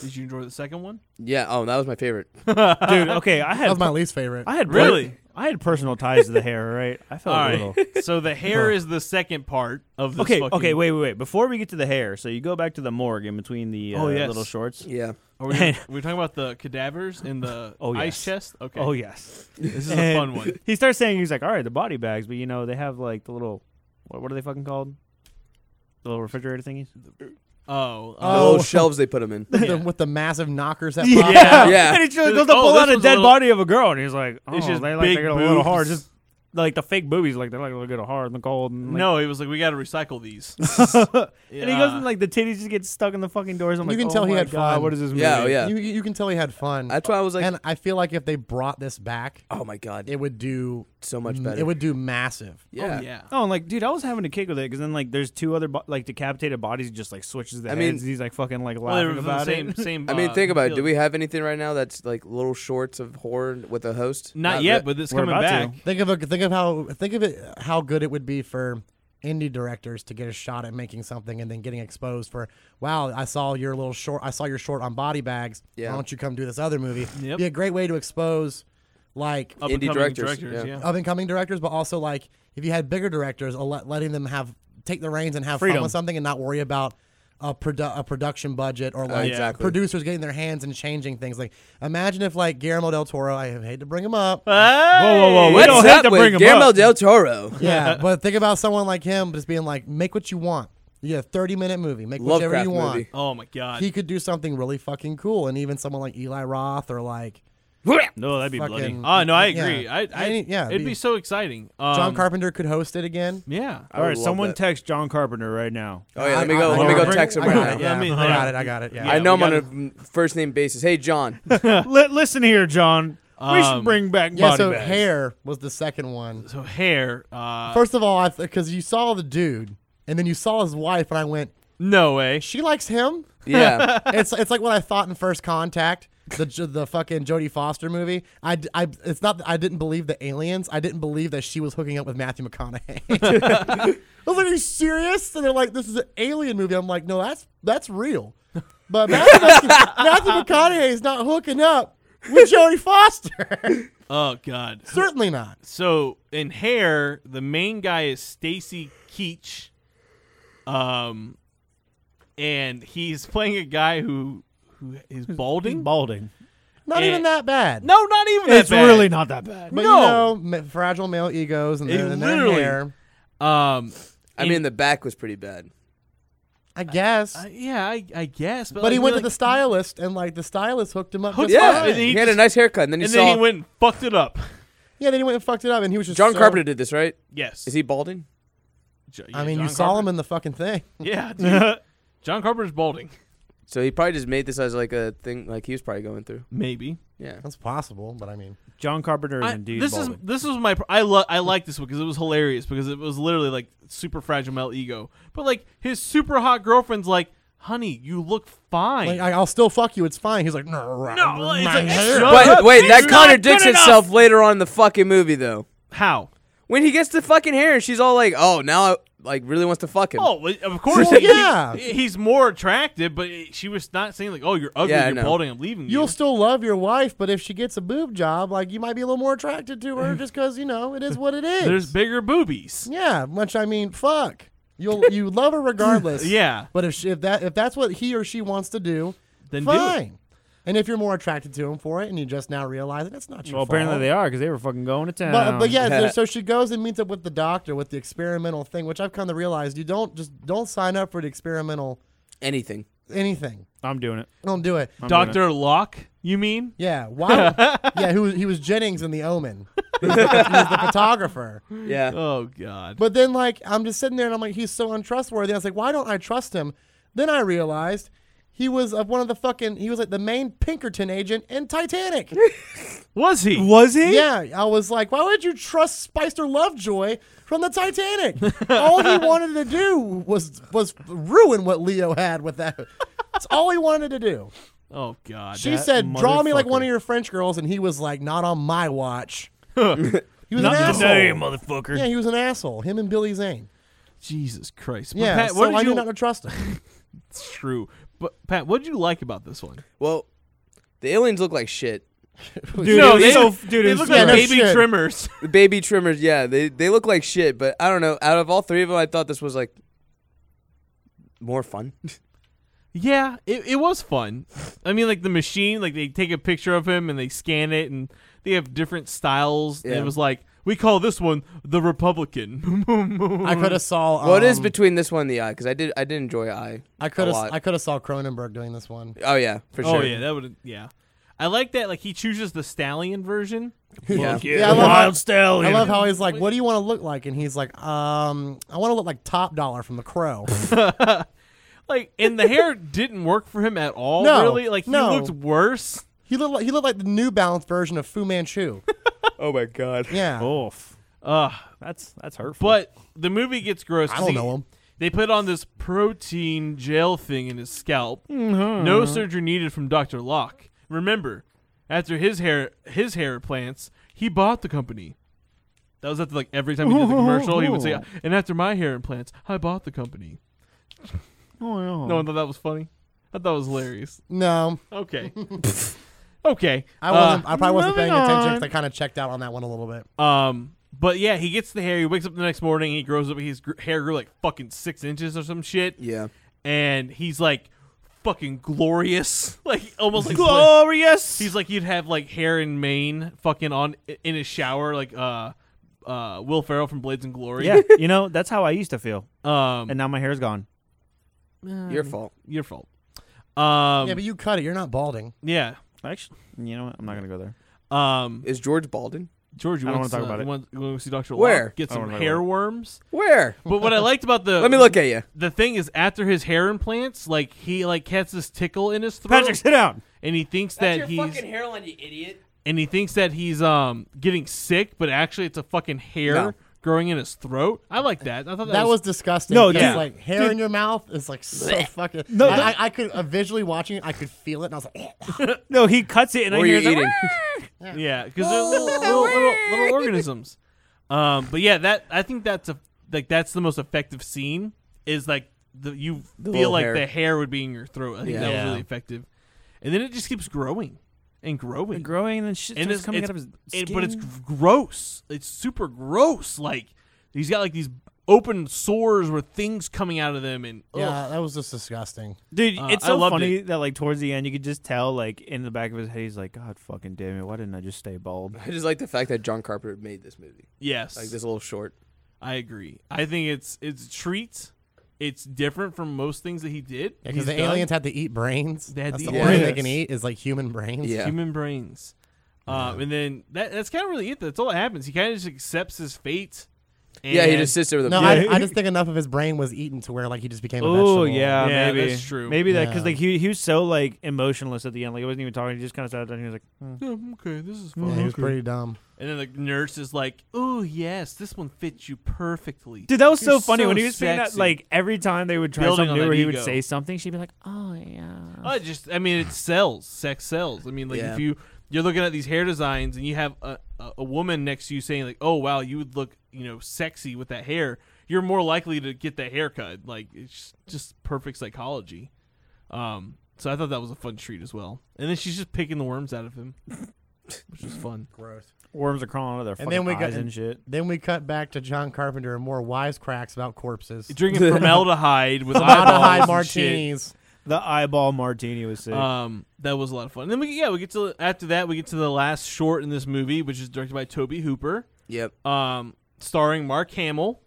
Did you enjoy the second one?
Yeah. Oh, that was my favorite.
[laughs] dude. Okay, I
That
had
was my least favorite.
I had per-
Really?
I had personal ties to the hair. Right, I felt
All
a
right. [laughs]
little.
so
[laughs]
the hair is the second part of this.
Okay,
fucking-
okay, wait, wait, wait. Before we get to the hair, so you go back to the morgue in between the uh,
Oh, yes.
little shorts.
Yeah.
Are we,
[laughs]
are we talking about the cadavers in the
Oh,
ice
yes.
chest? Okay.
Oh yes,
This is a
And
fun
[laughs]
one.
He starts saying he's like, all right, the body bags, but you know they have like the little what, what are they fucking called? The little refrigerator thingies.
Oh.
The
uh,
little shelves they put them in.
With [laughs] the- with the massive knockers that
[laughs] [laughs]
pop
[laughs]
yeah.
Yeah.
and he just
Dude,
goes to
oh,
pull
this
out a
one's a
dead
little-
body of a girl, and he's like, oh,
It's just
they like
big
to get a little hard,
boobs.
just like the fake boobies, like they're like a little bit hard and cold. And, like,
no, he was like, we got to recycle these.
[laughs] and he goes and like the titties just get stuck in the fucking doors. I'm
You
like,
can
oh
tell he
my
had
God,
fun.
What is this? Movie?
Yeah, oh, yeah.
You, you you can tell he had fun.
That's why I was like,
and I feel like if they brought this back,
oh my god,
it would do
so much better.
It would do massive.
Yeah.
Mm, Oh, yeah.
Oh, and like, dude, I was having a kick with it because then like, there's two other bo- like decapitated bodies he just like switches
I
the heads.
mean-
and he's like fucking like
Well, they were
laughing
from the
about
same,
it.
same.
I mean,
uh,
think about it.
field.
Do we have anything right now that's like little shorts of horror with a host?
Not, yet,
re-
but it's
We're
coming
about
back.
to.
Think of a, think of how think of it how good it would be for indie directors to get a shot at making something and then getting exposed for wow I saw your little short I saw your short on body bags
Yeah.
why don't you come do this other movie
Yep.
be a great way to expose like
Up
Indie
and coming
directors,
directors,
yeah.
yeah.
up and coming directors but also like if you had bigger directors a let, letting them have take the reins and have fun
Freedom.
with something and not worry about a, produ- a production budget or like
Uh, exactly.
producers getting their hands and changing things like imagine if like Guillermo del Toro I hate to bring
[laughs]
him up
[laughs] Whoa, whoa, whoa! We
What's
don't
up
have to
with
bring him
Guillermo
up.
del Toro?
yeah, but think about someone like him just being like, make what you want. You get a 30 minute movie, make whichever
Lovecraft
you want.
movie.
Oh my god.
He could do something really fucking cool. And even someone like Eli Roth or like
No, that'd be bloody.
fucking.
oh no, I
yeah.
agree. I, I
Any- yeah,
it'd
be-
be so exciting. Um,
John Carpenter could host it again.
Yeah.
I
All
would
right,
love
someone
that.
text John Carpenter right now.
Oh yeah, let me
I-
go.
I
let me
got
go
it.
text him
I
right
got
now.
it,
Yeah,
Yeah,
I
I,
mean,
got
yeah.
it. I got it. Yeah.
I
Yeah,
know I'm
we
on a
gotta-
mm, first name basis. Hey John.
[laughs]
Li- listen here, John. we
Um,
should bring back
Yeah,
body
so
bags.
Hair was the second one.
So hair. Uh,
First of all, because you saw the dude and then you saw his wife, and I went,
no way.
she likes
[laughs]
him?
Yeah.
it's it's like what I thought in First Contact, the J- the fucking Jodie Foster movie. I, d- I- it's not that I didn't believe the aliens. I didn't believe that she was hooking up with Matthew McConaughey. [laughs] I was like, "Are you serious?" And they're like, "This is an alien movie." I'm like, "No, that's that's real." But Matthew,
[laughs]
Matthew McConaughey is not hooking up with Jodie Foster.
Oh god.
Certainly not.
So in hair, the main guy is Stacy Keach. Um, and he's playing a guy who who is balding.
Balding.
Not
Eh.
even that bad.
No, not even.
It's
that bad.
really not that bad.
no.
but you know, ma- fragile male egos and,
It
their, and their
literally-
hair.
Um,
I mean, the back was pretty bad.
I guess.
uh, yeah, I, I guess. But,
but
like,
he went to
like-
the stylist, and like the stylist hooked him up.
Hooked
just
him up,
Yeah,
fine.
and then
he,
he
had a
just-
nice haircut, and then he
and
saw
then he went and fucked it up.
Yeah, then he went and fucked it up, and he was just
John
so-
Carpenter did this, right?
Yes.
Is he balding?
Jo- yeah,
I mean,
John
you saw him
Carpenter.
in the fucking thing.
Yeah, dude. John Carpenter's balding.
So he probably just made this as like a thing, like he was probably going through.
Maybe.
Yeah.
That's possible, but I mean,
John Carpenter is
I,
indeed
this
balding.
is this was my pr- I lo- I like this one because it was hilarious because it was literally like super fragile male ego, but like his super hot girlfriend's like, "Honey, you look fine."
like, I, I'll still fuck you. It's fine. He's like, no,
No, it's
my
like,
hair."
shut
But
up,
wait,
bitch,
that
you're Uh, not
contradicts
good enough.
itself later on in the fucking movie, though.
How?
When he gets the fucking hair, and she's all like, "Oh, now I like really wants to fuck him."
Oh, well, of course.
Well,
he-
yeah.
he- he's more attractive, but she was not saying like, "Oh, you're ugly,
Yeah, I
you're
know.
balding, I'm leaving you."
You'll still love your wife, but if she gets a boob job, like you might be a little more attracted
[laughs]
to her just because you know it is what it is.
There's bigger boobies.
yeah, which I mean, fuck. You'll you love
[laughs]
her regardless.
Yeah.
But if she, if that if that's what he or she wants to do,
Then do it.
fine. And if you're more attracted to him for it, and you just now realize it, that's not your
well,
fault.
apparently they are because they were fucking going to town.
But, but yeah,
Yeah.
so she goes and meets up with the doctor with the experimental thing, which I've come to realize you don't just don't sign up for the experimental
Anything.
anything.
I'm doing it.
Don't do it.
Doctor Locke, you mean?
Yeah, why?
[laughs]
yeah, who he was Jennings in The Omen. He was the, he was the photographer.
Yeah.
Oh God.
But then like I'm just sitting there and I'm like he's so untrustworthy. I was like, why don't I trust him? Then I realized he was of one of the fucking he was like the main Pinkerton agent in Titanic.
was he?
Was he?
Yeah, I was like, why would you trust Spicer Lovejoy from the Titanic? all he wanted to do was was ruin what Leo had with that. That's all he wanted to do.
Oh God.
She
That
said, "Draw me like
motherfucker.
one of your French girls," and he was like, "Not on my watch."
[laughs]
he was an
Not
asshole.
today, motherfucker.
yeah, he was an asshole. Him and Billy Zane.
Jesus Christ. But
Yeah,
Pat,
so
what did [laughs]
I
you?
knew not to trust him.
It's true. But Pat, what did you like about this one?
Well, the aliens look like shit.
Dude,
no,
it was
they,
so- dude, it
they
was
look
so
like
rough.
baby
Shit. [laughs]
trimmers.
The baby trimmers, yeah, they they look like shit. But I don't know. Out of all three of them, I thought this was like more fun.
Yeah, it, it was fun. I mean, like the machine, like they take a picture of him and they scan it, and they have different styles. And
Yeah.
it was like we call this one the
[laughs]
Republican.
I could have saw. Um,
well, it is between this one and the eye because I did I did enjoy eye.
I could
a
have.
lot.
I could have saw Cronenberg doing this one.
oh yeah, for
oh
sure.
yeah, that would yeah. I like that. Like he chooses the stallion version.
yeah.
Yeah, I love how-
Wild stallion.
I love how he's like, "What do you want to look like?" And he's like, "Um, I want to look like Top Dollar from The Crow."
Like, and the
[laughs]
hair didn't work for him at all.
No,
really, like he
no.
looked worse.
he looked. Like, he looked like the New Balance version of Fu Manchu.
Oh my god.
Yeah.
Oof.
Ugh.
That's that's hurtful.
But the movie gets gross.
I
'cause
don't
he-
know him.
They put on this protein gel thing in his scalp.
Mm-hmm.
No surgery needed from Dr. Locke. Remember, after his hair his hair plants, he bought the company. That was after like every time he
[laughs]
did the commercial, he would say, "And after my hair implants, I bought the
[laughs]
company."
Oh,
No one thought that was funny. I thought it was hilarious.
No, [laughs]
Okay. okay.
I wasn't. I probably wasn't
moving
paying attention because
on.
I kind of checked out on that one a little bit.
Um, but yeah, he gets the hair. He wakes up the next morning. He grows up. His gr- hair grew like fucking six inches or some shit.
Yeah.
and he's like fucking glorious, [laughs] like almost like
glorious.
He's like you'd have like hair and mane fucking on in his shower, like uh, uh, Will Ferrell from Blades and Glory.
[laughs] yeah, you know that's how I used to feel,
um,
and now my hair's gone.
Your fault.
your fault. Um,
yeah, but you cut it. You're not balding.
yeah.
Actually, you know what? I'm not gonna go there.
Um,
Is George Balding?
George, you
I don't
want to
wanna talk about it.
Want, you want to see Doctor
Where?
Get
I don't
some
wanna talk about
hair
it.
worms.
Where?
But what I liked about the
Let me look at you.
the thing is after his hair implants, like he like has this tickle in his throat,
Patrick, sit down.
and he thinks that he's
hairline, you idiot.
and he thinks that he's um getting sick, but actually it's a fucking hair
No.
growing in his throat. I like that. I thought that,
That was disgusting.
No,
'cause,
dude.
like hair in your mouth is like so fucking.
No,
I, I,
that-
I could uh, visually watching it. I could feel it, and I was like, [laughs]
No, he cuts it, and
What
I
are
hear
you
the-
eating?
yeah, because they're little, little, little, little organisms. Um, but yeah, that I think that's a like that's the most effective scene is like the you feel
little
like
hair.
the hair would be in your throat. I think
Yeah.
that was
Yeah.
really effective, and then it just keeps growing and growing.
growing, and then shit
and
starts
it's
coming
it's-
out of his skin.
it- but it's gr- gross. It's super gross. Like he's got like these open sores where things coming out of them, and ugh.
"Yeah, that was just disgusting."
dude,
uh,
it's
I
so
loved
funny that like towards the end, you could just tell like in the back of his head, he's like, "God fucking damn it, why didn't I just stay bald?"
[laughs] I just like the fact that John Carpenter made this movie.
yes,
Like this little short.
I agree. I think it's it's a treat. It's different from most things that he did.
Yeah,
He's
because the
done.
aliens had to eat brains.
They had
That's
to
the
eat
only thing they
brains.
can eat is like human brains.
Yeah.
human brains. Um, and then that, that's kind of really it. That's all that happens. He kind of just accepts his fate. And
yeah, he just sits there with a
No,
yeah.
I,
[laughs]
I just think enough of his brain was eaten to where like he just became a vegetable.
Oh yeah,
Yeah,
maybe
that's true.
Maybe that because
Yeah.
like he he was so like emotionless at the end, like he wasn't even talking. He just kind of sat down. And he was like, "Hmm."
"Oh, okay, this is
Yeah,
fun.
he was pretty dumb.
And then the nurse is like, "Oh yes, this one fits you perfectly."
Dude, that was
You're
so funny when
so
he was saying that.
sexy.
Like every time they would try
Building on
something new,
that
or he would
ego.
say something, she'd be like, "Oh yeah."
I just, I mean, it sells. Sex sells. I mean, like
Yeah.
if you you're looking at these hair designs and you have a, a, a woman next to you saying like, "Oh wow, you would look you know sexy with that hair," you're more likely to get that haircut. Like it's just, just perfect psychology. Um, so I thought that was a fun treat as well. And then she's just picking the worms out of him, which is fun.
Gross.
Worms are crawling out of their
And
fucking
then we got
eyes and shit.
Then we cut back to John Carpenter and more wisecracks about corpses. [laughs]
Drinking formaldehyde with
Formaldehyde
eyeballs and shit.
martinis.
The eyeball martini was sick.
Um, that was a lot of fun. And then we yeah we get to after that we get to the last short in this movie, which is directed by Toby Hooper.
Yep.
um, starring Mark Hamill.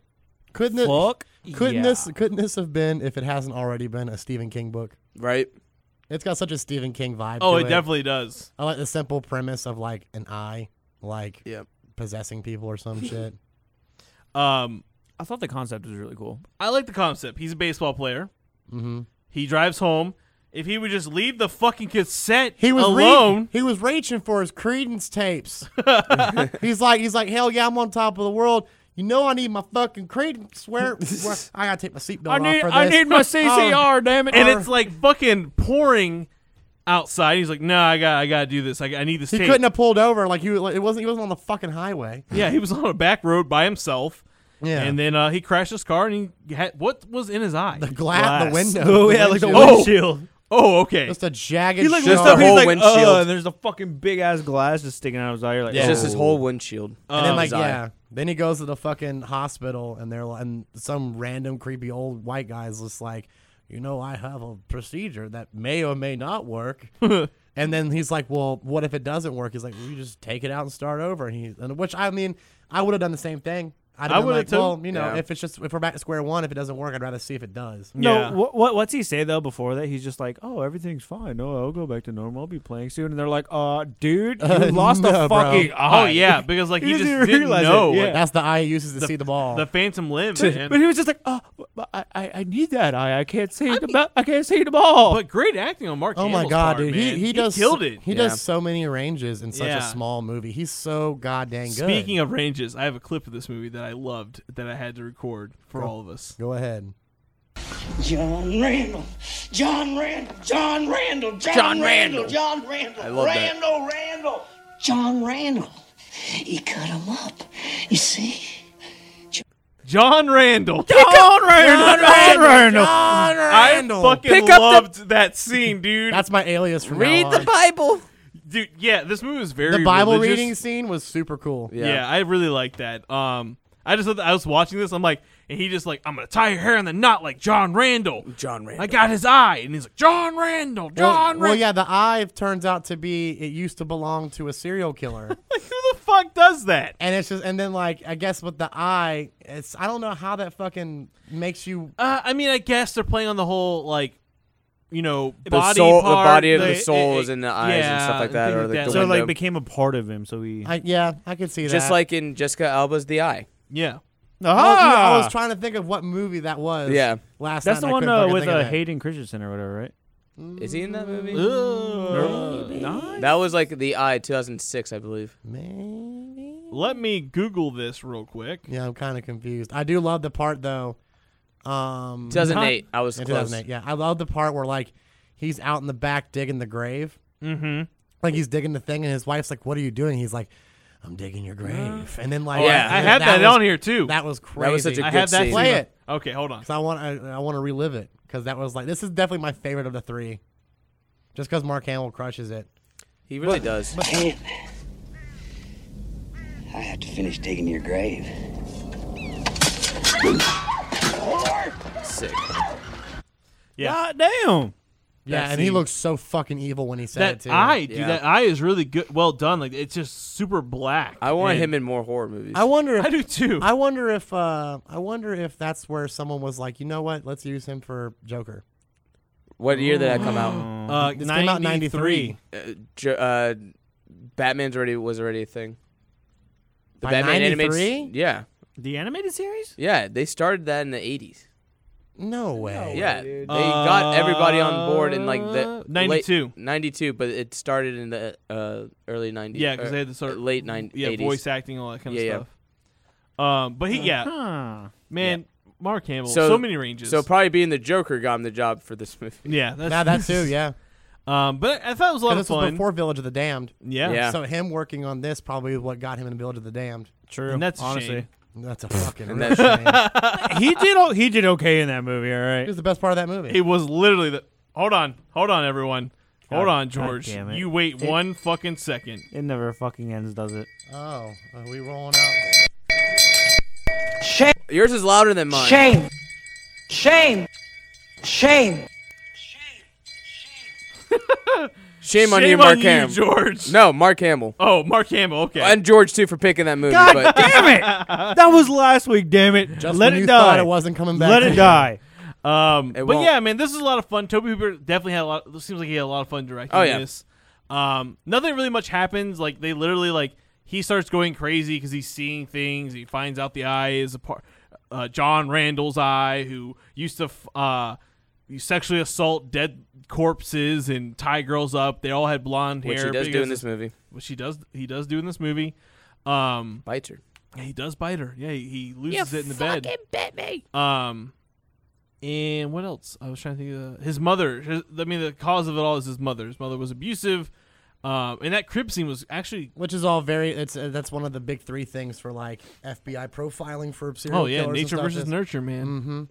Couldn't it?
Fuck.
Couldn't
yeah.
this? Couldn't this have been if it hasn't already been a Stephen King book?
Right?
It's got such a Stephen King vibe.
Oh,
to
it definitely does.
I like the simple premise of like an eye, like
Yep.
possessing people or some shit.
Um,
I thought the concept was really cool.
I like the concept. He's a baseball player.
Mm-hmm.
He drives home. If he would just leave the fucking cassette
He was re-
alone,
he was reaching for his Credence tapes. [laughs] he's like, he's like, hell yeah, I'm on top of the world. You know, I need my fucking Credence. Swear, swear- I gotta take my seatbelt
I need
off for this. Oh,
I need
[laughs]
my CCR. damn it!
and it's like fucking pouring outside. He's like, "No, I got, I got to do this. I, I need this
he
tape."
couldn't have pulled over. Like he, was- like, it wasn't. He wasn't on the fucking highway.
yeah, he was on a back road by himself.
Yeah.
And then uh, he crashed his car, and he had what was in his eye?
The glass, the window.
[laughs] Oh yeah, like the
windshield.
windshield.
Oh, okay.
Just a jagged.
He like
shard.
looks up,
whole
he's like,
windshield.
oh, and there's a fucking big ass glass just sticking out of his eye. You're like,
It's
oh.
just his whole windshield.
And
Oh,
then
Um,
like
his eye.
yeah, then he goes to the fucking hospital, and they're li- and some random creepy old white guy's just like, you know, I have a procedure that may or may
[laughs]
not work. and then he's like, well, what if it doesn't work? He's like, well, you just take it out and start over. And he, and which I mean, I would have done the same thing. I'd
I
have been
would've
like,
too.
well, you know,
Yeah.
if it's just if we're back to square one, if it doesn't work, I'd rather see if it does.
No,
Yeah.
what, what what's he say though before that? He's just like, "Oh, everything's fine. No, I'll go back to normal. I'll be playing soon." And they're like, "Uh, dude, you
Uh,
lost
no, bro.
a fucking eye."
Oh yeah, because
[laughs]
like he,
He
just
doesn't
didn't,
even realize it,
know
yeah.
like,
That's the eye he uses to see the ball.
the phantom
[laughs]
limb. man.
But he was just like, "Oh, but I I, I need that eye. I can't see the ba- I can't see the ball."
But great acting on Mark.
Oh my
Hamill's
god,
part,
dude!
man.
He he does
killed it.
He
Yeah.
does so many ranges in such
Yeah.
a small movie. He's so goddamn good.
Speaking of ranges, I have a clip of this movie that I loved that I had to record for all of us.
go ahead.
John Randall. John Randall. John Randall. John, Randall. John Randall.
I love that.
Randall, Randall. John Randall. He cut him up. You see?
John Randall.
John Randall, John Randall.
I fucking
Pick up the-
loved that scene, dude.
[laughs] That's my alias from
Read
now
the
on.
Bible.
dude, yeah, this movie was very
The Bible
religious.
reading scene was super cool.
Yeah. I really like that. Um, I just thought that- I was watching this. I'm like, and he just like, I'm gonna tie your hair in the knot like John Randall.
John Randall.
I got his eye, and he's like, John Randall. John.
well, well,
Randall.
yeah, the eye turns out to be it used to belong to a serial killer,
Like, who the fuck does that?
and it's just and then like I guess with the eye, it's I don't know how that fucking makes you.
Uh, I mean, I guess they're playing on the whole like, you know,
The
body
soul- the
part,
body of the soul
it-
is in the eyes and
yeah,
stuff like that,
things
or like the
So it, like
window.
became a part of him. So he
I, yeah, I could see that.
Just like in Jessica Alba's The Eye.
yeah.
Well, you know,
Ah!
I was trying to think of what movie that was.
Yeah.
last
That's
night
the
and I
one
couldn't
uh,
fucking
with
think of
uh,
it.
Hayden Christensen or whatever, right?
Is he in that movie?
Nice.
That was like The uh, Eye, 2006, I believe.
Maybe.
Let me Google this real quick.
Yeah, I'm kind of confused. I do love the part though. Um,
2008. I was
Yeah,
close.
2008. Yeah, I love the part where like he's out in the back digging the grave. Mm-hmm. Like he's digging the thing, and his wife's like, "What are you doing?" He's like, "I'm digging your grave." And then like,
Oh, Yeah.
I had that,
was-
on here too.
That was crazy.
That was such a
I
good
had that.
scene.
Play
too.
it.
Okay, hold on.
'Cause I want I, I want to relive it because that was like this is definitely my favorite of the three, just because Mark Hamill crushes it.
He really does.
Damn.
I have to finish digging your grave.
Sick.
Yeah.
God damn.
Yeah,
That
and he
scene.
looks so fucking evil when he said it
That
too.
eye, dude.
Yeah.
That eye is really good. Well done. Like it's just super black.
I want
And-
him in more horror movies.
I wonder
[laughs]
if
I do too.
I wonder if uh, I wonder if that's where someone was like, you know what? Let's use him for Joker.
what year did that come out?
uh,
This came out in 93.
Uh, Jo- uh, Batman's already was already a thing. The
By
Batman animated.
93?
Yeah,
The animated series?
yeah. They started that in the 80s.
No way.
Yeah, they got everybody on board in like
Uh,
the late-
92.
92, but it started in the uh, early 90s.
Yeah, because
or
they had to start
late 90s.
Yeah, voice acting, all that kind of
Yeah, yeah.
stuff. Um, but he,
[laughs]
yeah,
Huh.
man, Mark Hamill, so,
So-
many ranges.
So probably being the Joker got him the job for this
[laughs]
movie.
yeah, that's,
Now that too, yeah.
Um, but I thought it was a lot of
this was
fun.
before Village of the Damned.
yeah,
Yeah.
So him working on this probably is what got him in Village of the Damned.
True.
And that's a
honestly.
shame. [laughs]
That's a fucking
And
real shame.
he did o- he did okay in that movie, all
It
right.
was the best part of that movie.
it was literally the. Hold on, hold on, everyone, hold
God-
on, George.
God damn it.
You wait
It-
one fucking second.
It never fucking ends, does it?
oh, are we rolling out?
Yours is louder than mine.
Shame. Shame. Shame.
Shame on
Shame
you, Mark
on
Hamill.
you, George.
No, Mark Hamill.
Oh, Mark Hamill. Okay.
And George too for picking that movie. but
[laughs] damn it! That was last week, damn it.
Just
Let
when
it
you
die.
thought it wasn't coming back.
Let it die.
Um,
It
but
won't.
yeah, man, this is a lot of fun. Toby Hooper definitely had a lot. It seems like he had a lot of fun directing
Oh, yeah.
this. Um, nothing really much happens. Like they literally like he starts going crazy because he's seeing things. He finds out the eye is a part. Uh, John Randall's eye, who used to f- uh, sexually assault dead corpses and tie girls up. They all had blonde
which
hair.
he does do
because-
in this movie.
Which he does. He does do in this movie. Um,
Bites her.
yeah, he does bite her. Yeah, he, he loses it in the bed. bit me. Um, and what else? I was trying to think. Of, his mother. his- I mean, the cause of it all is his mother. His mother was abusive. Um, and that crib scene was actually.
[laughs] Which is all very. It's uh, that's one of the big three things for like FBI profiling for serial
Oh yeah,
killers and
nature
stuff
versus
is-
nurture, man.
Mhm.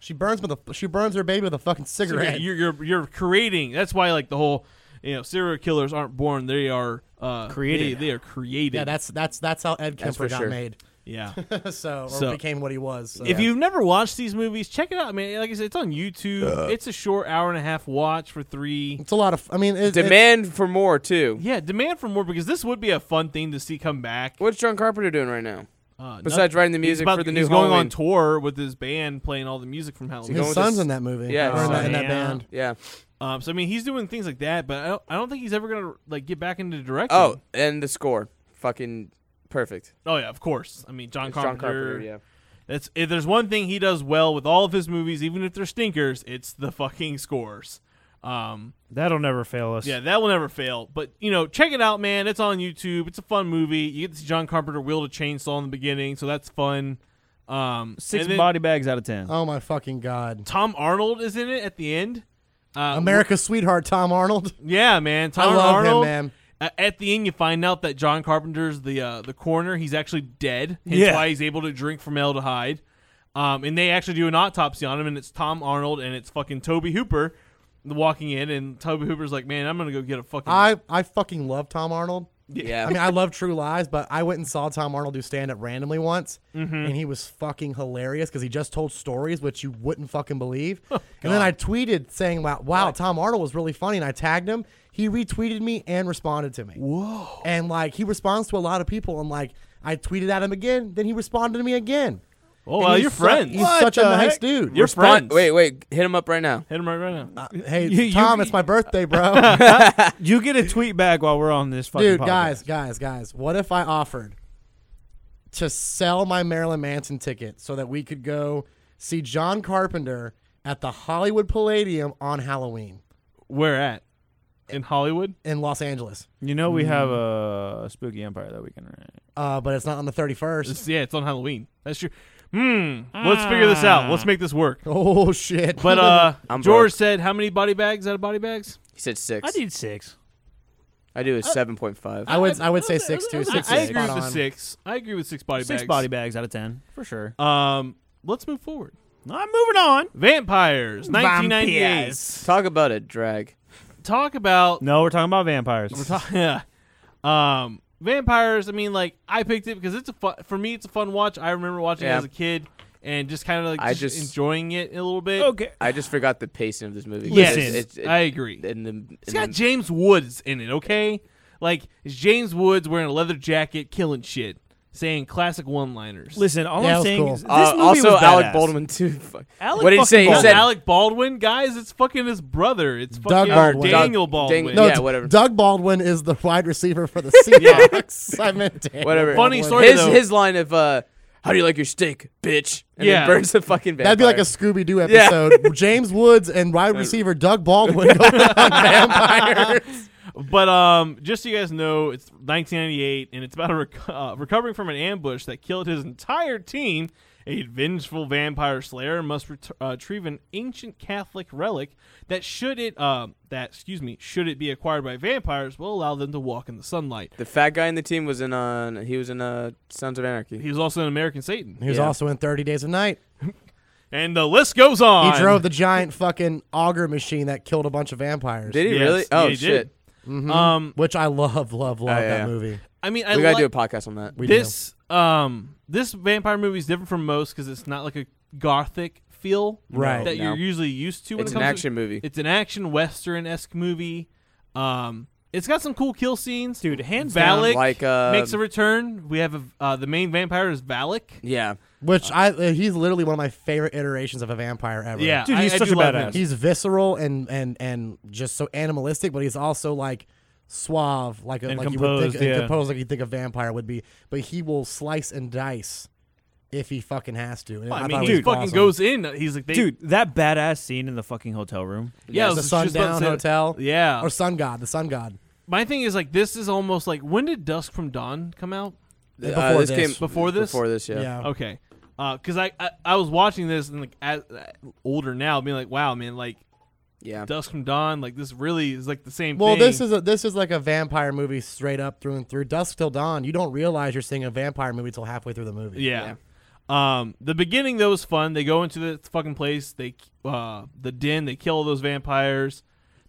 She burns with a she burns her baby with a fucking cigarette.
You're, you're you're creating. That's why like the whole you know serial killers aren't born. They are uh,
Created.
They, they are created.
Yeah, that's that's that's how Ed
That's
Kemper
for
got
sure.
made. [laughs]
Yeah.
so or
So,
became what he was. so.
If you've never watched these movies, check it out. I mean, like I said, it's on YouTube.
Uh.
It's a short hour and a half watch for three.
It's a lot of. I mean, it,
Demand for more too.
Yeah, demand for more because this would be a fun thing to see come back.
What's John Carpenter doing right now?
Uh,
Besides
nothing.
writing the
He's
music
about-
for the
he's
new
going
Halloween.
on tour with his band, playing all the music from Halloween.
Is he going with
son's in that movie,
Yeah,
or in that- in that
yeah.
band.
Yeah.
Um, so I mean, he's doing things like that, but I don't, I don't think he's ever gonna like get back into directing.
Oh, and the score, fucking perfect.
Oh yeah, of course. I mean, John
It's
Carpenter.
John Carpenter, yeah.
That's if there's one thing he does well with all of his movies, even if they're stinkers, it's the fucking scores. Um,
That'll never fail us.
yeah, that will never fail. But you know, check it out, man. It's on YouTube. It's a fun movie. You get to see John Carpenter wield a chainsaw in the beginning, so that's fun. Um,
Six
and then
body bags out of ten.
Oh my fucking god!
Tom Arnold is in it at the end. Uh,
America's sweetheart, Tom Arnold.
Yeah, man. Tom
love him,
Arnold.
man.
A- At the end, you find out that John Carpenter's the uh, the coroner. He's actually dead. Hence
Yeah.
why he's able to drink formaldehyde. Um, and they actually do an autopsy on him, and it's Tom Arnold and it's fucking Toby Hooper walking in, and Toby Hooper's like, "Man, I'm gonna go get a fucking."
I I fucking love Tom Arnold.
Yeah.
I mean, I love True Lies, but I went and saw Tom Arnold do stand up randomly once,
Mhm.
and he was fucking hilarious because he just told stories which you wouldn't fucking believe. and then I tweeted saying, "Wow, wow, Tom Arnold was really funny," and I tagged him. He retweeted me and responded to me.
Whoa!
And like, he responds to a lot of people, and like, I tweeted at him again, then he responded to me again.
Oh,
And
wow,
he's
you're
su-
friends.
He's such a nice dude.
You're
Respond- [laughs]
friends.
Wait, wait. Hit him up right now.
Hit him right, right now.
Hey,
You- you-
Tom, it's my birthday, bro. [laughs]
you get a tweet back while we're on this fucking
Dude,
podcast.
guys, guys, guys, what if I offered to sell my Marilyn Manson ticket so that we could go see John Carpenter at the Hollywood Palladium on Halloween
Where at? In Hollywood.
in Los Angeles?
You know we have a, spooky empire that we can rent.
Uh, but it's not on
[laughs]
the 31st.
It's- yeah, it's on Halloween. That's true. Hmm. Let's figure this out. Let's make this work.
Oh, shit. [laughs]
But uh,
I'm
George
broke.
said, "How many body bags out of body bags?"
He said six.
I need six.
I
Uh,
do a seven point five.
I would I would say 6 too. 6
I
is
agree
spot
with the
on.
six. I agree with six body
Six
bags.
body bags out of ten for sure.
Um, let's move forward.
Uh, I'm moving on.
Vampires, 1998.
Talk about a drag.
Talk about [laughs]
No, we're talking about vampires.
yeah. Um, vampires. I mean, like I picked it because it's a fun, for me. It's a fun watch. I remember watching it
Yeah.
as a kid and just kind of like
I
just,
just-
enjoying it a little bit.
okay.
I just forgot the pacing of this movie.
Yes,
It's- it's- it-
I agree.
In the, in
It's got
the-
James Woods in it, okay? Like it's James Woods wearing a leather jacket, killing shit, saying classic one-liners.
Listen, all
Yeah, that
I'm
was
saying
cool.
is this
Uh,
movie
also,
was
Alec
badass.
Baldwin too. Fuck.
Alec
what did he
fucking
say? He
He
said
Alec Baldwin, guys. It's fucking his brother. It's fucking
Baldwin.
Daniel
Doug-
Baldwin.
Dang-
No,
Yeah,
it's-
whatever.
Doug Baldwin is the wide receiver for the Seahawks. [laughs] I meant Daniel
whatever.
Funny
Baldwin.
story,
His
though.
his line of uh, "How do you like your steak, bitch?" and
Yeah.
then burns the fucking. Vampire.
That'd be like a Scooby Doo
Yeah.
episode. James Woods and wide receiver Doug Baldwin [laughs] go on vampires.
But um, just so you guys know, it's 1998, and it's about a rec- uh, recovering from an ambush that killed his entire team. A vengeful vampire slayer must ret- uh, retrieve an ancient Catholic relic that, should it, uh, that excuse me, should it be acquired by vampires, will allow them to walk in the sunlight.
The fat guy in the team was in on. he was in uh, Sons of Anarchy.
He was also an American Satan,
He was
Yeah.
also in Thirty Days of Night.
and the list goes on.
He drove the giant fucking auger machine that killed a bunch of vampires.
Did he
Yes.
really?
Yeah,
Oh
he did.
shit!
Um,
Which I love, love, love that
yeah.
movie.
I mean, I
we gotta
like-
do a podcast on that.
We
Oh, this um this vampire movie is different from most because it's not like a gothic feel
Right.
that
No.
you're usually used to. When
It's
it
an
comes
action
to,
movie.
It's an action western esque movie. Um, it's got some cool kill scenes,
Dude, hands down,
Valak
like, uh,
makes a return. We have a, uh, the main vampire is Valak.
Yeah,
do. Which I uh, he's literally one of my favorite iterations of a vampire ever.
Yeah,
Dude,
I-
he's
I
such
do
a
love
badass.
him.
He's visceral and and and just so animalistic, but he's also like suave, like a,
And
like you would
composed,
think, and
yeah.
composed, like you think a vampire would be. But he will slice and dice if he fucking has to. And
I,
thought
mean,
it
he
was
fucking
awesome.
goes in. He's like, they,
Dude, that badass scene in the fucking hotel room.
yeah, I
the
was just about to
Sundown
say-
Hotel.
Yeah,
or Sun God, the Sun God.
my thing is like this is almost like when did Dusk from Dawn come out?
Th-
Before
this,
this.
came
Before this?
Before this, yeah.
Yeah.
Okay, because I, I I was watching this and like as, uh, older now, being like, wow, man, like
Yeah.
Dusk from Dawn, like this really is like the same.
Well,
thing.
this is a this is like a vampire movie straight up through and through. Dusk till dawn. You don't realize you're seeing a vampire movie till halfway through the movie.
yeah. Um, the beginning though was fun. They go into the fucking place. They uh, the den. They kill all those vampires.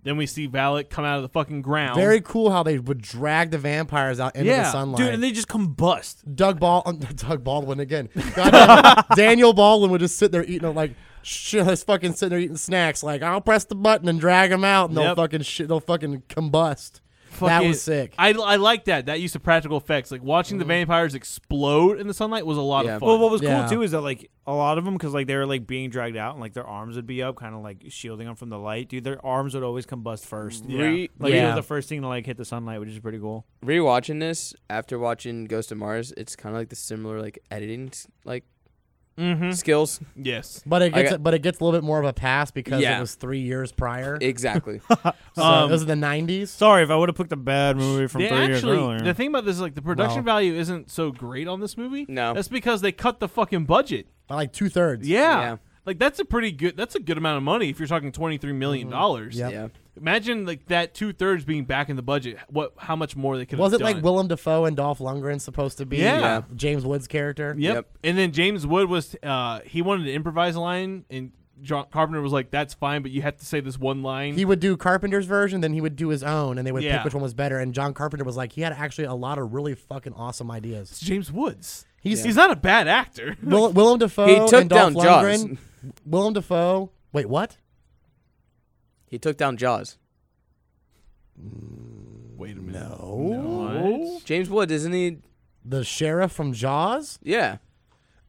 Then we see Valak come out of the fucking ground.
Very cool how they would drag the vampires out into the
Yeah,
sunlight.
dude, and
they just combust.
Doug Ball, um, [laughs] Doug Baldwin again.
[laughs]
Goddamn, Daniel Baldwin would just sit there eating like shit. Just fucking sitting there eating snacks. Like I'll press the button and drag them out, and
Yep.
they'll fucking shit. They'll fucking combust. that
Fucking-
was sick.
I, I like that. That use of practical effects, like watching the vampires explode in the sunlight, was a lot of fun.
Well, what was cool too is that like a lot of them, because like they were like being dragged out and like their arms would be up, kind of like shielding them from the light. Dude, their arms would always combust first.
Yeah. Re-
like it
Yeah.
was the first thing to like hit the sunlight, which is pretty cool.
Rewatching this after watching Ghost of Mars, it's kind of like the similar like editing s- like
Hmm.
skills.
Mm-hmm. Yes,
But it
I
gets
got-
but it gets a little bit more of a pass because
Yeah.
it was three years prior.
[laughs]
Exactly.
so
Um,
those are the '90s.
Sorry if I would have picked a bad movie from
They
three years
actually-
earlier.
The thing about this is like the production
No.
value isn't so great on this movie.
No.
that's because they cut the fucking budget.
By like two thirds.
Yeah. Like that's a pretty good. That's a good amount of money if you're talking twenty three million dollars.
Mm-hmm. Yep. Yeah.
Imagine like that two thirds being back in the budget. What? How much more they could?
Was
have
it like Willem Dafoe and Dolph Lundgren supposed to be?
Yeah.
uh, James Woods' character.
Yep. And then James Wood was uh, he wanted to improvise a line, and John Carpenter was like, "That's fine, but you have to say this one line."
He would do Carpenter's version, then he would do his own, and they would
Yeah.
pick which one was better. And John Carpenter was like, he had actually a lot of really fucking awesome ideas. It's
James Woods.
He's
He's not a bad
[laughs]
actor.
Will, Willem Dafoe.
He took
and Dolph
down Jaws.
Lundgren. Willem Dafoe. Wait, what?
He took down Jaws.
Wait a minute.
No.
James Wood, isn't he?
The sheriff from Jaws.
Yeah.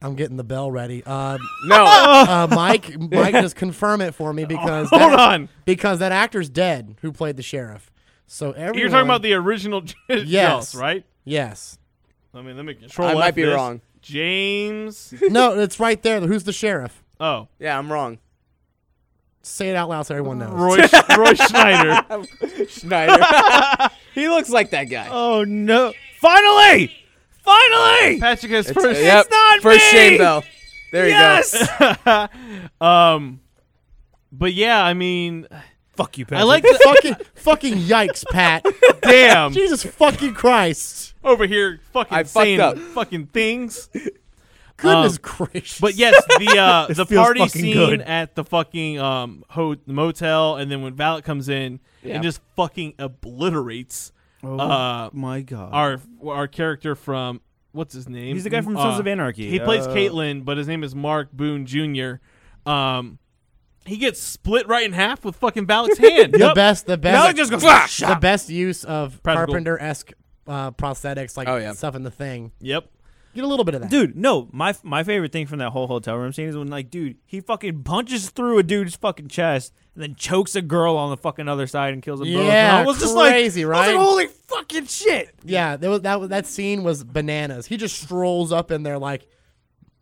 I'm getting the bell ready. Uh,
No.
[laughs] uh, Mike. Mike, just confirm it
[laughs]
for me because
Hold
that-
on.
because that actor's dead who played the sheriff. So everyone,
You're talking about the original [laughs] Jaws,
Yes.
right?
yes.
I mean, let me control.
I might
F
be
this.
wrong. [laughs]
James.
no, it's right there. Who's the sheriff?
Oh,
Yeah, I'm wrong.
Say it out loud so everyone knows.
Roy, Sch- Roy Schneider.
[laughs] Schneider. [laughs] he looks like that guy.
Oh no! Finally, finally,
Patrick has
It's-
first.
yep,
not
First
me!
shame bell. There you go.
um, but yeah, I mean,
fuck you, Patrick.
I
[laughs]
like the
[laughs] fucking, fucking yikes,
[laughs]
Pat.
damn
Jesus fucking Christ.
over here fucking
I fucked
saying
up.
fucking things.
Goodness
Um,
[laughs]
gracious.
But yes, the uh, the
feels
party
fucking
scene
good.
at the fucking um ho- motel, and then when Valak comes in
Yeah.
and just fucking obliterates
Oh
uh,
my god!
our our character from what's his name?
He's the guy from Sons
Uh,
of Anarchy.
He plays
Uh,
Caitlin, but his name is Mark Boone Jr. Um, he gets split right in half with fucking
[laughs]
Valak's hand.
the best, the best,
just goes, "Fuck!"
the best use of
Practical.
Carpenter esque uh, prosthetics, like
Oh, yeah.
stuff in the thing.
Yep.
Get a little bit of that,
Dude, no, my my favorite thing from that whole hotel room scene is when like, dude, he fucking punches through a dude's fucking chest and then chokes a girl on the fucking other side and kills them both. And
Yeah,
I was just like,
crazy,
I was
right?
like, holy fucking shit!
Yeah, that was, that was- that scene was bananas. He just strolls up in there like,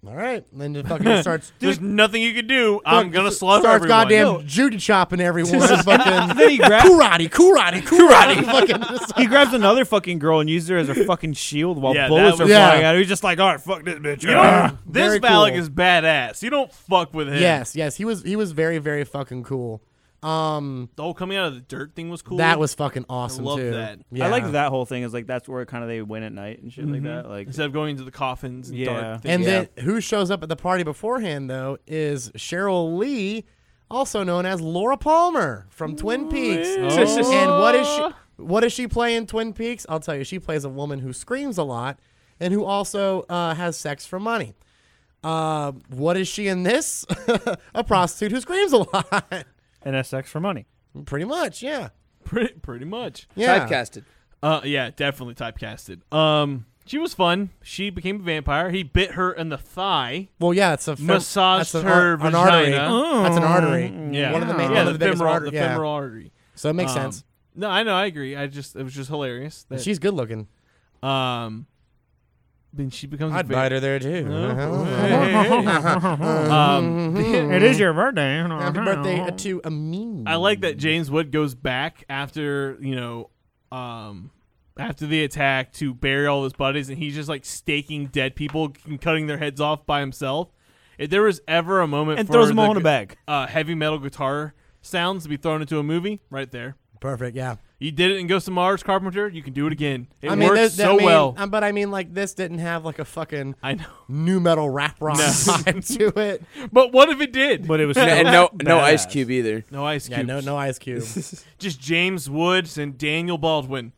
all right, and then just
[laughs]
fucking starts.
There's nothing you can do. I'm gonna slaughter
starts
everyone.
goddamn
No.
Judy
[laughs]
chopping everyone. fucking
Then he grabs
karate, karate, karate. fucking
[laughs]
just-
he grabs another fucking girl and uses her as a fucking shield while
Yeah,
bullets
that
are
was- Yeah.
flying out. He's just like, all right, fuck this bitch.
You don't- [laughs] this
Very
Valak
cool.
is badass. You don't fuck with him.
yes, yes, he was he was very very fucking cool. Um,
The whole coming out of the dirt thing was cool.
that was fucking awesome
love
too.
that. I
I
Yeah.
like that whole thing. Is like that's where kind of they went at night and shit like that. Like,
instead of going to the coffins. And
Yeah.
Dark things.
And
Yeah.
then who shows up at the party beforehand though is Cheryl Lee, also known as Laura Palmer from Twin Peaks.
Oh.
And what is she what does she play in Twin Peaks? I'll tell you, she plays a woman who screams a lot and who also uh, has sex for money. Uh, what is she in this? [laughs] a prostitute who screams a lot. [laughs]
and that's sex for money.
Pretty much, yeah.
pretty, pretty much.
Yeah.
Typecasted.
Uh, yeah, definitely typecasted. Um, she was fun. She became a vampire. He bit her in the thigh.
Well, yeah, it's a fem-
Massaged
that's an
her
ar- an artery.
vagina. Mm.
That's an artery.
Yeah,
One of the main,
yeah,
one of the, biggest
femoral,
artery-
the
yeah.
femoral artery.
So it makes
Um,
sense.
No, I know. I agree. I just it was just hilarious. That,
She's good looking.
um, then she becomes. a
I'd
va-
bite her there too. Uh-huh.
[laughs]
[laughs]
Um,
It is your birthday.
Happy birthday to Amin.
I like that James Wood goes back after you know, um, after the attack to bury all his buddies, and he's just like staking dead people and cutting their heads off by himself. If there was ever a moment
And
for
throws them
the
all in a
gu-
bag.
uh, heavy metal guitar sounds to be thrown into a movie, right there.
Perfect. Yeah.
You did it in Ghost of Mars, Carpenter. You can do it again. It
I mean,
works
this- that
so
mean-
well.
uh, But I mean, like this didn't have like a fucking
I know [laughs]
new metal rap rock [laughs] vibe to it.
But what if it did? But it
[laughs]
was And no- no Ice
Cube either.
No Ice
Yeah,
Cube.
no, no Ice Cube.
Just James Woods and Daniel Baldwin.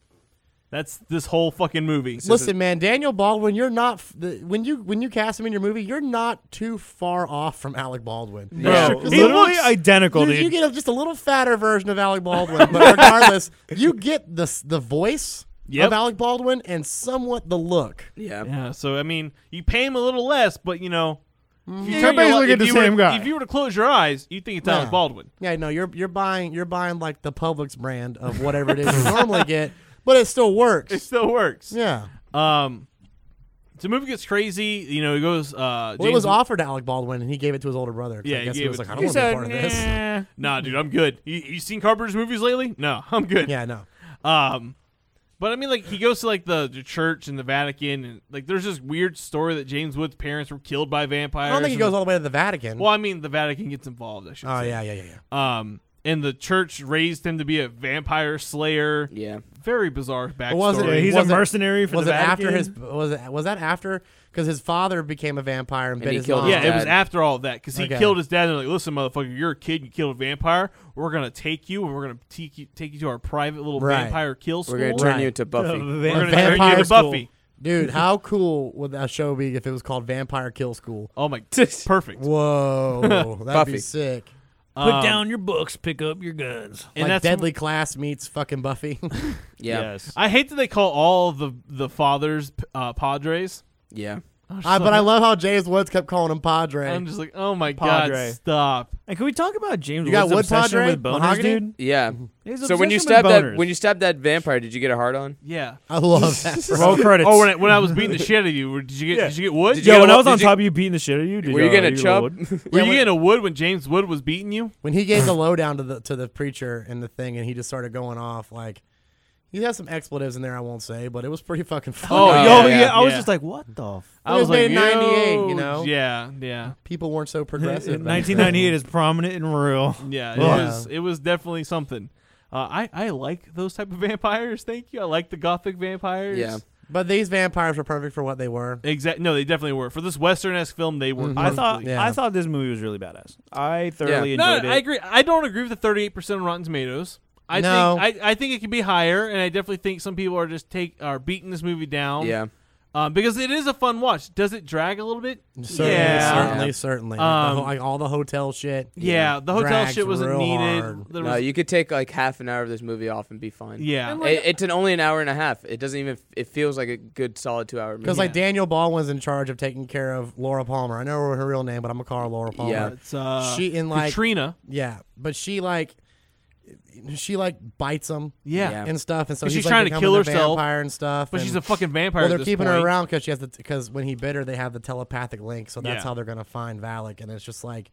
That's this whole fucking movie.
[laughs] Listen, man, Daniel Baldwin, you're not f- the, when you when you cast him in your movie, you're not too far off from Alec Baldwin.
Bro, literally identical,
you,
dude.
You get a, just a little fatter version of Alec Baldwin, but regardless, you get the s- the voice
Yep.
of Alec Baldwin and somewhat the look.
Yeah.
Yeah. So I mean, you pay him a little less, but you know, if you
They're
were-
basically
if
the
you
same
were,
guy.
If you were to close your eyes, you think it's Alec
Yeah.
Baldwin.
Yeah, no, you're you're buying you're buying like the Publix brand of whatever it is you normally get, but it still works.
It still works.
Yeah.
Um, so the movie gets crazy. You know, it goes. Uh,
Well, it was
James-
offered to Alec Baldwin, and he gave it to his older brother. 'cause
Yeah,
I
he
guess he
gave
was
it
like,
to him.
I don't
He
want to be part of this.
[laughs] Nah, dude, I'm good. You, you seen Carpenter's movies lately? No, [laughs] I'm good.
[laughs] Yeah, no.
Um, but I mean, like he goes to like the, the church and the Vatican, and like there's this weird story that James Wood's parents were killed by vampires.
I don't think he
and
goes all the way to the Vatican.
Well, I mean, the Vatican gets involved. I should
Oh,
say.
yeah, yeah, yeah,
yeah. Um, and the church raised him to be a vampire slayer.
Yeah,
very bizarre backstory.
was it, was it- was it after [laughs] his?
Vatican?
Was it? Was that after? Because his father became a vampire and, bit his mom.
Yeah, it was after all that because he
Okay.
killed his dad. And they're like, listen, motherfucker, you're a kid. You killed a vampire. We're gonna take you and we're gonna take you, take you to our private little
Right.
vampire kill school.
We're gonna turn you into Buffy.
[laughs]
We're gonna turn you to Buffy.
[laughs] Dude, how cool would that show be if it was called Vampire
[laughs]
Kill School?
Oh my, perfect.
Whoa, that'd
Buffy.
be sick.
Put down your books, pick up your guns.
And like Deadly Class meets fucking Buffy. [laughs]
I hate that they call all the the fathers p- uh, padres.
Yeah.
I, but I love how James Woods kept calling him Padre.
I'm just like, oh my
Padre.
god, stop.
And can we talk about James
You got
Woods'
wood
obsession
padre?
with boners,
Mahogany?
dude?
Yeah.
His
So when you
obsession
stabbed
with
that
boners.
when you stabbed that vampire, did you get a hard on?
Yeah.
I love
[laughs]
that. bro.
Roll credits.
Oh, when I, when I was beating the shit out of you, were- did you get did you get wood?
Did you
Yo,
get
when
a-
I was
did
on
you-
top of you beating the shit out of you, did
Were you
y'all-
getting a
you
chub? [laughs]
load?
Were you getting a wood when James Wood was beating you?
when he gave the lowdown to the to the preacher and the thing, and he just started going off like. He has some expletives in there, I won't say, but it was pretty fucking funny.
Oh, yo, yeah, I was just like, what the? F-?
I was
It was
like,
made in 98,
yo,
you know?
Yeah, yeah,
People weren't so progressive. back then.
1998 is prominent and real.
yeah. It
Ugh.
was it was definitely something. Uh, I I like those type of [laughs] vampires. Thank you. I like the gothic vampires.
Yeah.
But these vampires were perfect for what they were.
Exactly. No, they definitely were. For this western esque film, they were.
I thought
perfectly-
I thought this movie was really badass. I thoroughly
No,
enjoyed
I
it.
agree. I don't agree with the thirty-eight percent on Rotten Tomatoes. I
No.
think I, I think it could be higher, and I definitely think some people are just take are beating this movie down.
Yeah.
um, because it is a fun watch. Does it drag a little bit?
Certainly,
yeah,
certainly, certainly. Like, the
Um,
ho- like all the hotel shit.
yeah, the hotel
drags
shit wasn't
real
needed.
hard.
There
no,
was-
you could take like half an hour of this movie off and be fine.
Yeah. And,
it, it's an only an hour and a half. It doesn't even. It feels like a good solid two hour movie.
Because like Daniel Baldwin's in charge of taking care of Laura Palmer. I know her real name, but I'm gonna call her Laura Palmer.
Yeah.
It's, uh,
she in like
Katrina.
Yeah, but she like she like bites him.
Yeah. Yeah.
and stuff. And so
And
he's,
she's
like,
trying to
becoming
kill
the
herself,
vampire and stuff.
but
and-
she's a fucking vampire
Well,
at
they're
this
keeping her
point.
around because she has because when he bit her, they have the telepathic link, so that's
Yeah.
how they're gonna find Valak. And it's just like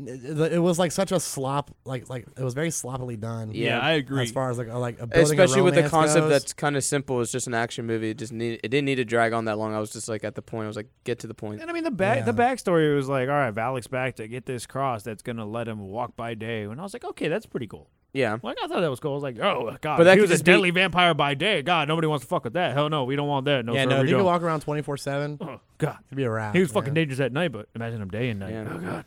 it it was like such a slop, like like it was very sloppily done.
Yeah,
I agree.
As far as like a- like a building a
especially with the
romance
concept
goes.
that's kind of simple. It's just an action movie. It just need. It didn't need to drag on that long. I was just like at the point. I was like, get to the point.
And I mean the back the backstory was like, all right, Valak's back to get this cross that's gonna let him walk by day. And I was like, okay, that's pretty cool.
Yeah.
Like I thought that was cool. I was like, oh god,
But that
he
could
was a
just be-
deadly vampire by day. God, nobody wants to fuck with that. Hell no, we don't want that. No,
yeah,
sir,
no,
we
if you
don't.
could walk around twenty four seven.
God,
it'd be a wrap.
he was
you
fucking
know?
dangerous at night, but imagine him day and night.
Yeah.
Oh god.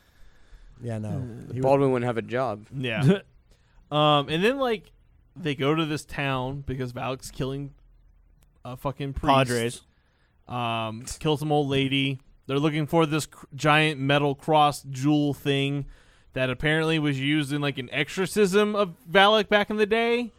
Yeah, no. He was-
Baldwin wouldn't have a job.
Yeah. [laughs] um, and then like they go to this town because Valak's killing a fucking priest.
Padres.
Um, kill some old lady. They're looking for this cr- giant metal cross jewel thing that apparently was used in like an exorcism of Valak back in the day,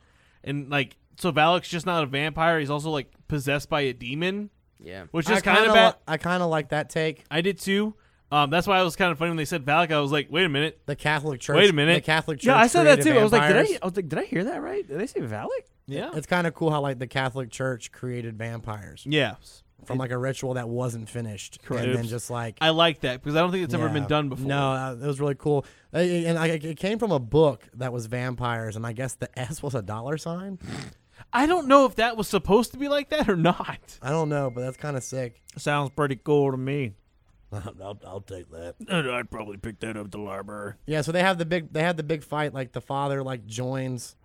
and like so Valak's just not a vampire. He's also like possessed by a demon.
Yeah.
Which
I
is kind
kinda
of bad.
li- I kind of like that take.
I did too. Um, that's why it was kind of funny when they said Valak. I was like, wait a minute.
The Catholic Church.
Wait a minute.
The Catholic Church.
Yeah, I said that too.
created
I was like, did I?
vampires.
I was like, did I hear that right? Did they say Valak?
Yeah.
It's kind of cool how like the Catholic Church created vampires
Yeah.
from like a ritual that wasn't finished, and then
Oops.
just like
I like that because I don't think it's ever been
Yeah.
done before.
No, uh, it was really cool. Uh, and I, it came from a book that was vampires, and I guess the S was a dollar sign.
I don't know if that was supposed to be like that or not.
I don't know, but that's kind of sick.
Sounds pretty cool to me.
[laughs] I'll, I'll take that.
I'd probably pick that up at the library.
Yeah, so they have the big they have the big fight. Like the father like joins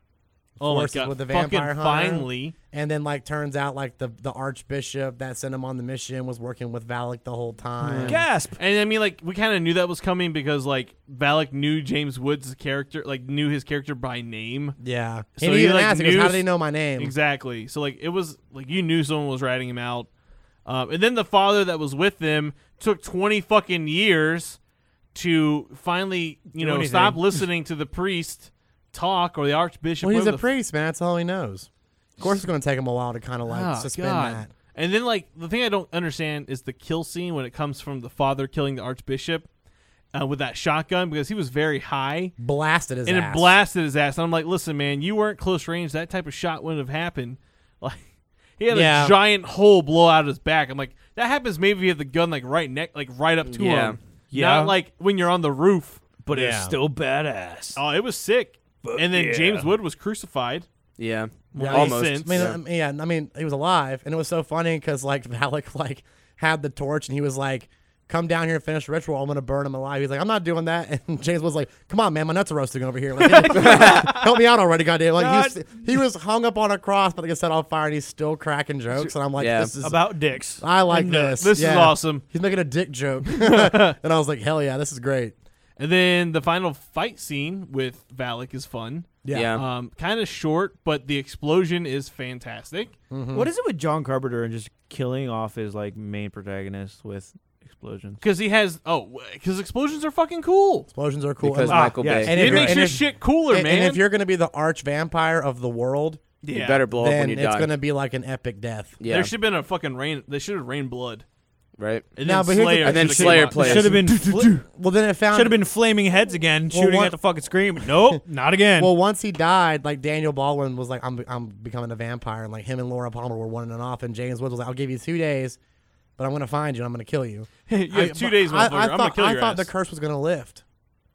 Oh my
forces
God,
with the
fucking
vampire hunter.
finally.
And then like turns out like the the archbishop that sent him on the mission was working with Valak the whole time.
Gasp! And I mean, like, we kind of knew that was coming because, like, Valak knew James Woods' character, like, knew his character by name.
Yeah. And he even asked, he goes, "How do they know my name?"
Exactly. So, like, it was like you knew someone was writing him out. Um, and then the father that was with them took twenty fucking years to finally, you
Do
know,
anything.
stop listening to the priest talk or the archbishop.
Well, he's
whatever
a
the
priest, man. That's all he knows. Of course, it's going to take him a while to kind of like
Ah,
suspend
God.
that.
And then like the thing I don't understand is the kill scene when it comes from the father killing the archbishop uh, with that shotgun because he was very high,
blasted his
and
ass.
it blasted his ass. And I'm like, listen, man, you weren't close range. That type of shot wouldn't have happened. [laughs] Like he had
Yeah.
a giant hole blow out of his back. I'm like, that happens maybe if you have the gun like right neck, like right up to
Yeah.
him.
Yeah.
Not like when you're on the roof.
But it's
Yeah.
still badass.
Oh, it was sick.
Fuck
and then
yeah.
James Wood was crucified.
Yeah.
Well,
Almost.
since-
I mean,
Yeah.
um, yeah. I mean, he was alive, and it was so funny because like [laughs] Valak like had the torch, and he was like, "Come down here and finish the ritual. I'm gonna burn him alive." He's like, "I'm not doing that." [laughs] And James was like, "Come on, man, my nuts are roasting over here. Like, [laughs] help me out already, goddamn!" Like He,
God.
was, he was hung up on a cross, but they got set on fire, and he's still cracking jokes. And I'm like,
Yeah.
"This is
About dicks.
I like
And nuts.
this.
uh, This is
Yeah.
awesome.
He's making a
[laughs]
dick joke, [laughs] and I was like, "Hell yeah, this is great."
And then the final fight scene with Valak is fun.
Yeah. uh,
Yeah.
Um, kind of short, but the explosion is fantastic.
What is it with John Carpenter and just killing off his like main protagonist with explosions?
Because he has oh, because explosions are fucking cool.
Explosions are cool.
Because
And-
Michael
yes.
Bay.
And
it
if you're-
makes
and
your
if-
shit cooler,
and-
man.
and if you're gonna be the arch vampire of the world,
yeah,
You better blow up when
then
you
it's
die.
gonna be like an epic death.
yeah.
There should have been a fucking rain. They should have rained blood.
right.
And
No,
then
but here's the-
Slayer.
And then
should've
Slayer
came out. [laughs]
plays.
Should have been should
[laughs] Well, then it found
have been flaming heads again,
Well,
shooting
one-
at the fucking screen. Nope, [laughs] not again.
Well, once he died, like Daniel Baldwin was like, "I'm I'm becoming a vampire," and like him and Laura Palmer were one and off, and James Woods was like, "I'll give you two days, but I'm gonna find you, and I'm gonna kill you."
you have two days,
I, I
motherfucker. I, am
thought
gonna kill
I
your
thought
ass.
the curse was gonna lift.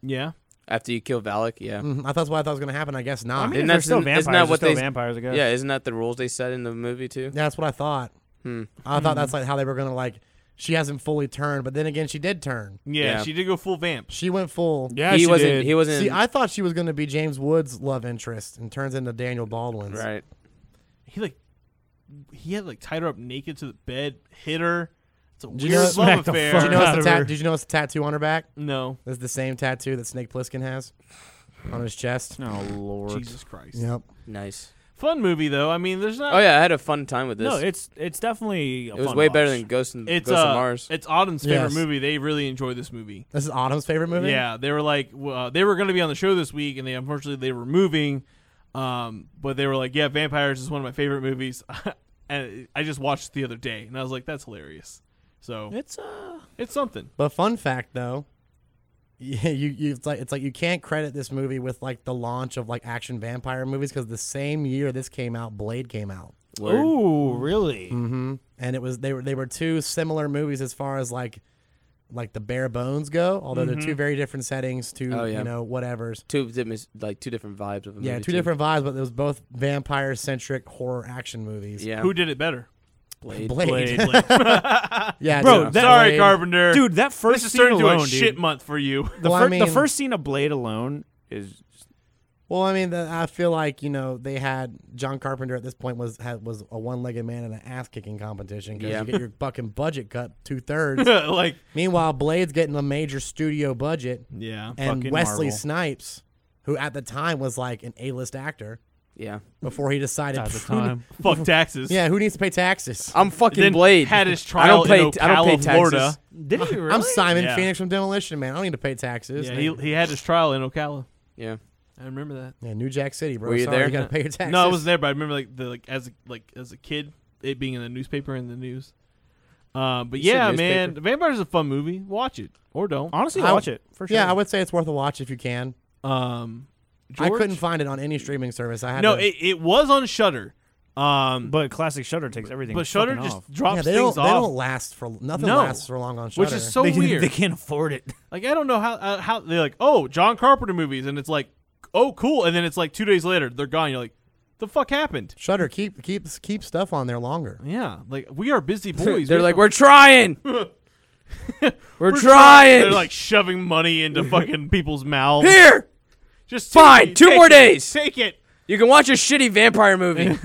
yeah.
After you kill Valak, yeah.
Mhm. I thought that's what I thought was gonna happen. I guess not.
I mean,
Isn't
if they're
that-
still
isn't that
vampires. they're
what
still
they-
vampires? I guess.
Yeah, isn't that the rules they set in the movie too?
Yeah, that's what I thought.
Hmm.
I thought that's like how they were gonna like. She hasn't fully turned, but then again, she did turn.
yeah,
Yeah.
She did go full vamp.
She went full.
Yeah,
he
she
wasn't.
did.
He wasn't.
See, I thought she was gonna be James Woods' love interest, and turns into Daniel Baldwin's.
right.
He like he had like tied her up naked to the bed, hit her. It's a
you
weird
know-
love
Smack the
affair.
fuck
Did you notice
Out
the
of
tat
her.
Did you notice the tattoo on her back?
no,
That's the same tattoo that Snake Plissken has on his chest.
Oh lord.
Jesus Christ.
Yep.
Nice.
Fun movie though. I mean, there's not.
Oh yeah, I had a fun time with this.
Uh, No, it's it's definitely. A
it was
fun
way better
watch.
than Ghost and
It's
Ghost
uh,
of Mars.
it's Autumn's
Yes.
favorite movie. They really enjoy this movie.
This is Autumn's favorite movie.
Yeah, they were like w- uh, they were going to be on the show this week, and they unfortunately they were moving. Um, but they were like, "Yeah, Vampires is one of my favorite movies," [laughs] and I just watched it the other day, and I was like, "That's hilarious." So
It's uh.
it's something.
But fun fact though, [laughs] yeah, you you it's like it's like you can't credit this movie with like the launch of like action vampire movies because the same year this came out, Blade came out.
Word.
Ooh, really?
Mm-hmm. And it was they were they were two similar movies as far as like like the bare bones go, although they're two very different settings, two
Mm-hmm. Oh, yeah.
you know whatever's.
Two different, like two different vibes of a movie.
Yeah, two
too.
different vibes, but it was both vampire centric horror action movies.
Yeah.
Who did it
[laughs]
better?
Blade.
Blade.
Blade.
[laughs] yeah,
Bro,
dude,
that-
Sorry,
Blade.
Carpenter.
dude, that
this
first
is
scene
turning into
alone,
a shit
dude.
month for you. [laughs]
The,
Well, I
fir- the
mean-
first scene of Blade alone is
Well, I mean, the, I feel like you know they had John Carpenter at this point was had, was a one legged man in an ass kicking competition because
Yeah.
you get
[laughs]
your fucking budget cut two thirds.
like,
Meanwhile, Blade's getting a major studio budget,
yeah,
and
Fucking
Wesley
Marvel.
Snipes, who at the time was like an A list actor,
Yeah.
before he decided
[laughs]
[laughs] at
[laughs]
the
"Who ne-
time. Uh,
fuck taxes.
yeah, who needs to pay taxes?
I'm fucking
Then
Blade.
had his
[laughs] I
trial
don't pay.
in
t- I don't pay
Ocala,
taxes.
Florida. [laughs]
Did he really?
I'm Simon
Yeah.
Phoenix from Demolition Man. I don't need to pay taxes.
Yeah,
And-
he, he had his trial in Ocala.
Yeah.
I remember that.
yeah, New Jack City, bro.
Were you
Sorry,
there?
You gotta pay your
[laughs]
taxes.
No, I was there, but I remember like the like as a, like as a kid it being in the newspaper in the news. Uh, but
You said
yeah, man,
newspaper.
Vampire's a fun movie. Watch it or don't.
Honestly,
I-
watch it for sure.
Yeah, I would say it's worth a watch if you can.
Um,
I
George?
couldn't find it on any streaming service. I had
No,
to,
it, it was on Shutter. Um, but,
But classic Shutter takes everything.
Shutter
fucking
just
off.
drops
yeah, they
things
don't,
off,
They don't last for nothing
No.
lasts for long on Shutter.
which is so
[laughs] they,
weird.
They can't afford it.
Like I don't know how uh, how they're like, oh, John Carpenter movies, and it's like, oh, cool, and then it's like two days later they're gone. You're like, the fuck happened?
Shutter keep keeps keep stuff on there longer.
Yeah, like we are busy boys.
They're
We
like,
have
we're
[laughs]
trying. we're,
trying."
trying.
They're
[laughs]
like
[laughs]
shoving money into fucking people's mouths.
here.
Just
Fine,
take it,
two
take
more
it,
days.
Take it. [laughs]
You can watch a shitty vampire movie.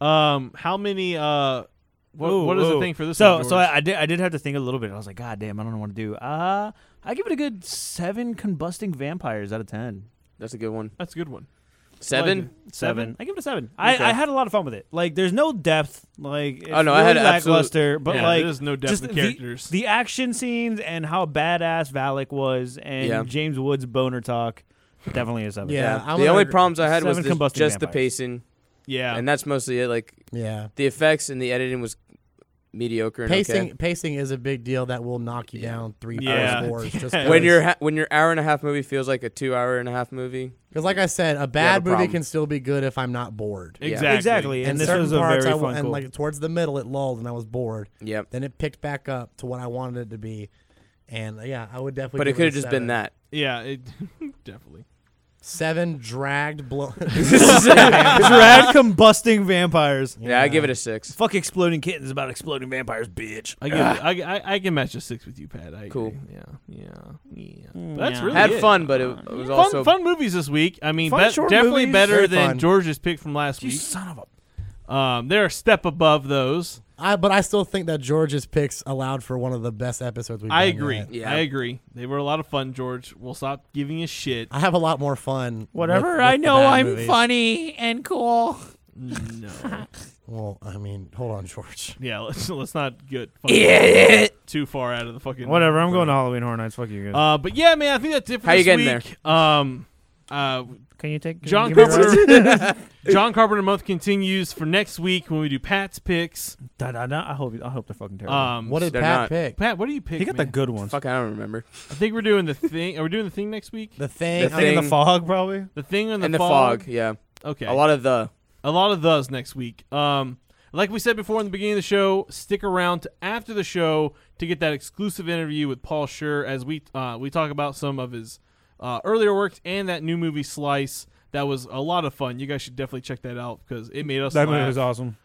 um, how many? Uh, [laughs] what,
Ooh,
what is the
ooh.
thing for this?
So,
one,
so
George?
I, I did. I did have to think a little bit. I was like, God damn, I don't know what to do. Uh I give it a good seven combusting vampires out of ten.
That's a good one.
That's a good one.
Seven?
Seven. I give it a seven.
Okay.
I, I had a lot of fun with it. Like, there's no depth. Like, it's
Oh, no, I
really
had absolute-
lackluster, but
Yeah,
like,
there's no depth
just
in
the-
characters.
The, action scenes and how badass Valak was, and
Yeah.
James Woods' boner talk, definitely a seven.
Yeah, I'm
the
gonna
only
agree.
problems I had was
Seven
this-
combusting
just the
vampires.
pacing.
Yeah.
and that's mostly it. Like
Yeah.
the effects and the editing was mediocre. And
Pacing
okay.
pacing is a big deal that will knock you down three
Yeah. [laughs]
four scores. Just
Yeah.
because-
when your ha- when your hour and a half movie feels like a two hour and a half movie.
Because, like I said, a bad movie
problem.
can still be good if I'm not bored.
Exactly.
Exactly. And, this
certain
was a
parts
very
I,
fun.
And
cool-
like towards the middle, it lulled, and I was bored.
Yep.
Then it picked back up to what I wanted it to be, and uh, yeah, I would definitely.
But it
give
could
a
have just
seven.
been that.
[laughs] Yeah, it [laughs] definitely.
seven dragged blow.
[laughs] Drag combusting vampires.
Yeah, I give it a six.
Fuck exploding kittens about exploding vampires, bitch.
I, give, I, I I can match a six with you, Pat. I
Ah. Cool.
agree. Yeah, yeah, yeah. But that's
yeah.
really
Had
it.
fun, but it, it was
fun,
also
fun movies this week. I mean,
Fun
be-
short
definitely
movies.
better
Very
than
fun.
George's pick from last week.
son of a.
Um, they're a step above those.
[laughs] I, but I still think that George's picks allowed for one of the best episodes we've.
I
done
agree.
yet.
Yeah.
I agree. They were a lot of fun, George. We'll stop giving a shit.
[laughs]
I have a lot more fun.
Whatever.
with- with
I
the
know
bad
I'm
movies.
funny and cool.
No.
Well, I mean, hold on, George.
yeah, let's let's not
[laughs]
get fucking too far out of the fucking
Whatever. I'm going to Halloween Horror Nights. Fuck you guys.
Uh, but yeah, man, I think that's it for
How you
this
getting
week. There? Um, uh,
can you take
John
give me a ride?
Carpenter.
[laughs]
[laughs] John Carpenter month continues for next week when we do Pat's picks.
Da, da, da. I hope. I hope they're fucking terrible.
Um,
What did
They're
Pat
not-
pick?
Pat? What do you pick?
he got the
man?
good ones.
fuck. I don't remember.
I think we're doing the thing. Are we doing the thing next week?
The thing.
The
I mean,
Thing.
the fog, probably.
The thing and the
and the
fog.
fog. Yeah,
Okay.
a lot of the.
a lot of those next week. Um, like we said before in the beginning of the show, stick around to after the show to get that exclusive interview with Paul Schur as we uh, we talk about some of his uh, earlier works and that new movie Slice. That was a lot of fun. You guys should definitely check that out because it made us.
That
laugh.
movie was awesome.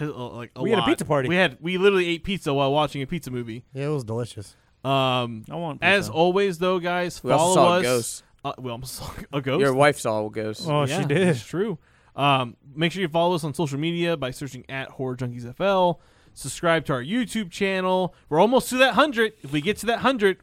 Like a
We had a
lot.
pizza party.
We had we literally ate pizza while watching a pizza movie.
yeah, it was delicious.
Um,
I want.
as
pizza.
almost though, guys,
We
follow
also saw a
us.
ghost.
Uh, we almost saw a ghost.
Your wife saw a ghost.
Oh,
Yeah,
she did.
It's true. Um, make sure you follow us on social media by searching at Horror Junkies FL. Subscribe to our YouTube channel. We're almost to that hundred. If we get to that hundred,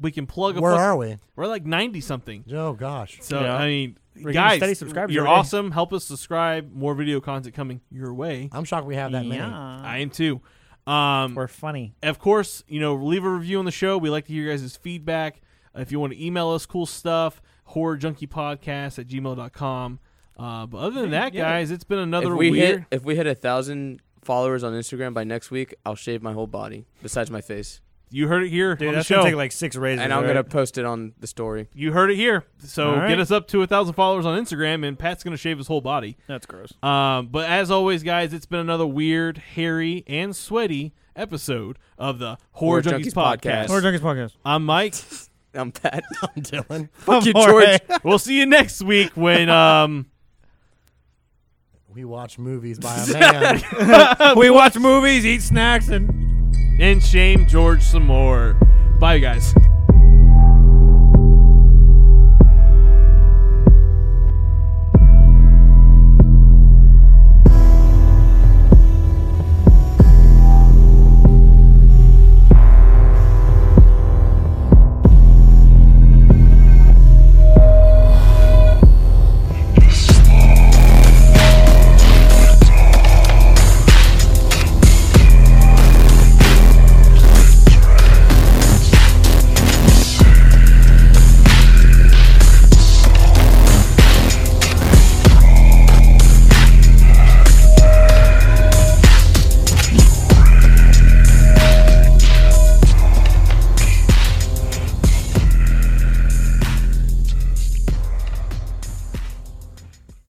we can plug. A
Where
fuck-
are we?
We're like ninety something.
Oh gosh.
So
Yeah.
I mean,
We're getting
guys,
steady subscribers
you're
every day.
awesome. Help us subscribe. More video content coming your way.
I'm shocked we have that many.
I am too. Um,
We're funny.
of course, you know, leave a review on the show. We like to hear your guys' feedback. If you want to email us cool stuff, horror junkie podcast at gmail.com. Uh, but other than that, guys, it's been
If
another
we hit
weird.
if we hit a thousand followers on Instagram by next week, I'll shave my whole body besides my face,
You heard it here on
Dude,
the
that's
show.
gonna take like six raises.
and I'm
right?
gonna post it on the story.
you heard it here. So
All right.
get us up to a thousand followers on Instagram, and Pat's gonna shave his whole body.
That's gross.
Um, but as always, guys, it's been another weird, hairy, and sweaty episode of the
Horror
Horror, Junkies,
Junkies
podcast.
Podcast.
Horror Junkies podcast.
I'm Mike.
I'm [laughs] Pat.
I'm Dylan.
Fuck you,
I'm
George.
we'll see you next week when um.
We watch movies by
[laughs]
a man.
we watch movies, eat snacks, and.
and shame George some more. Bye, guys.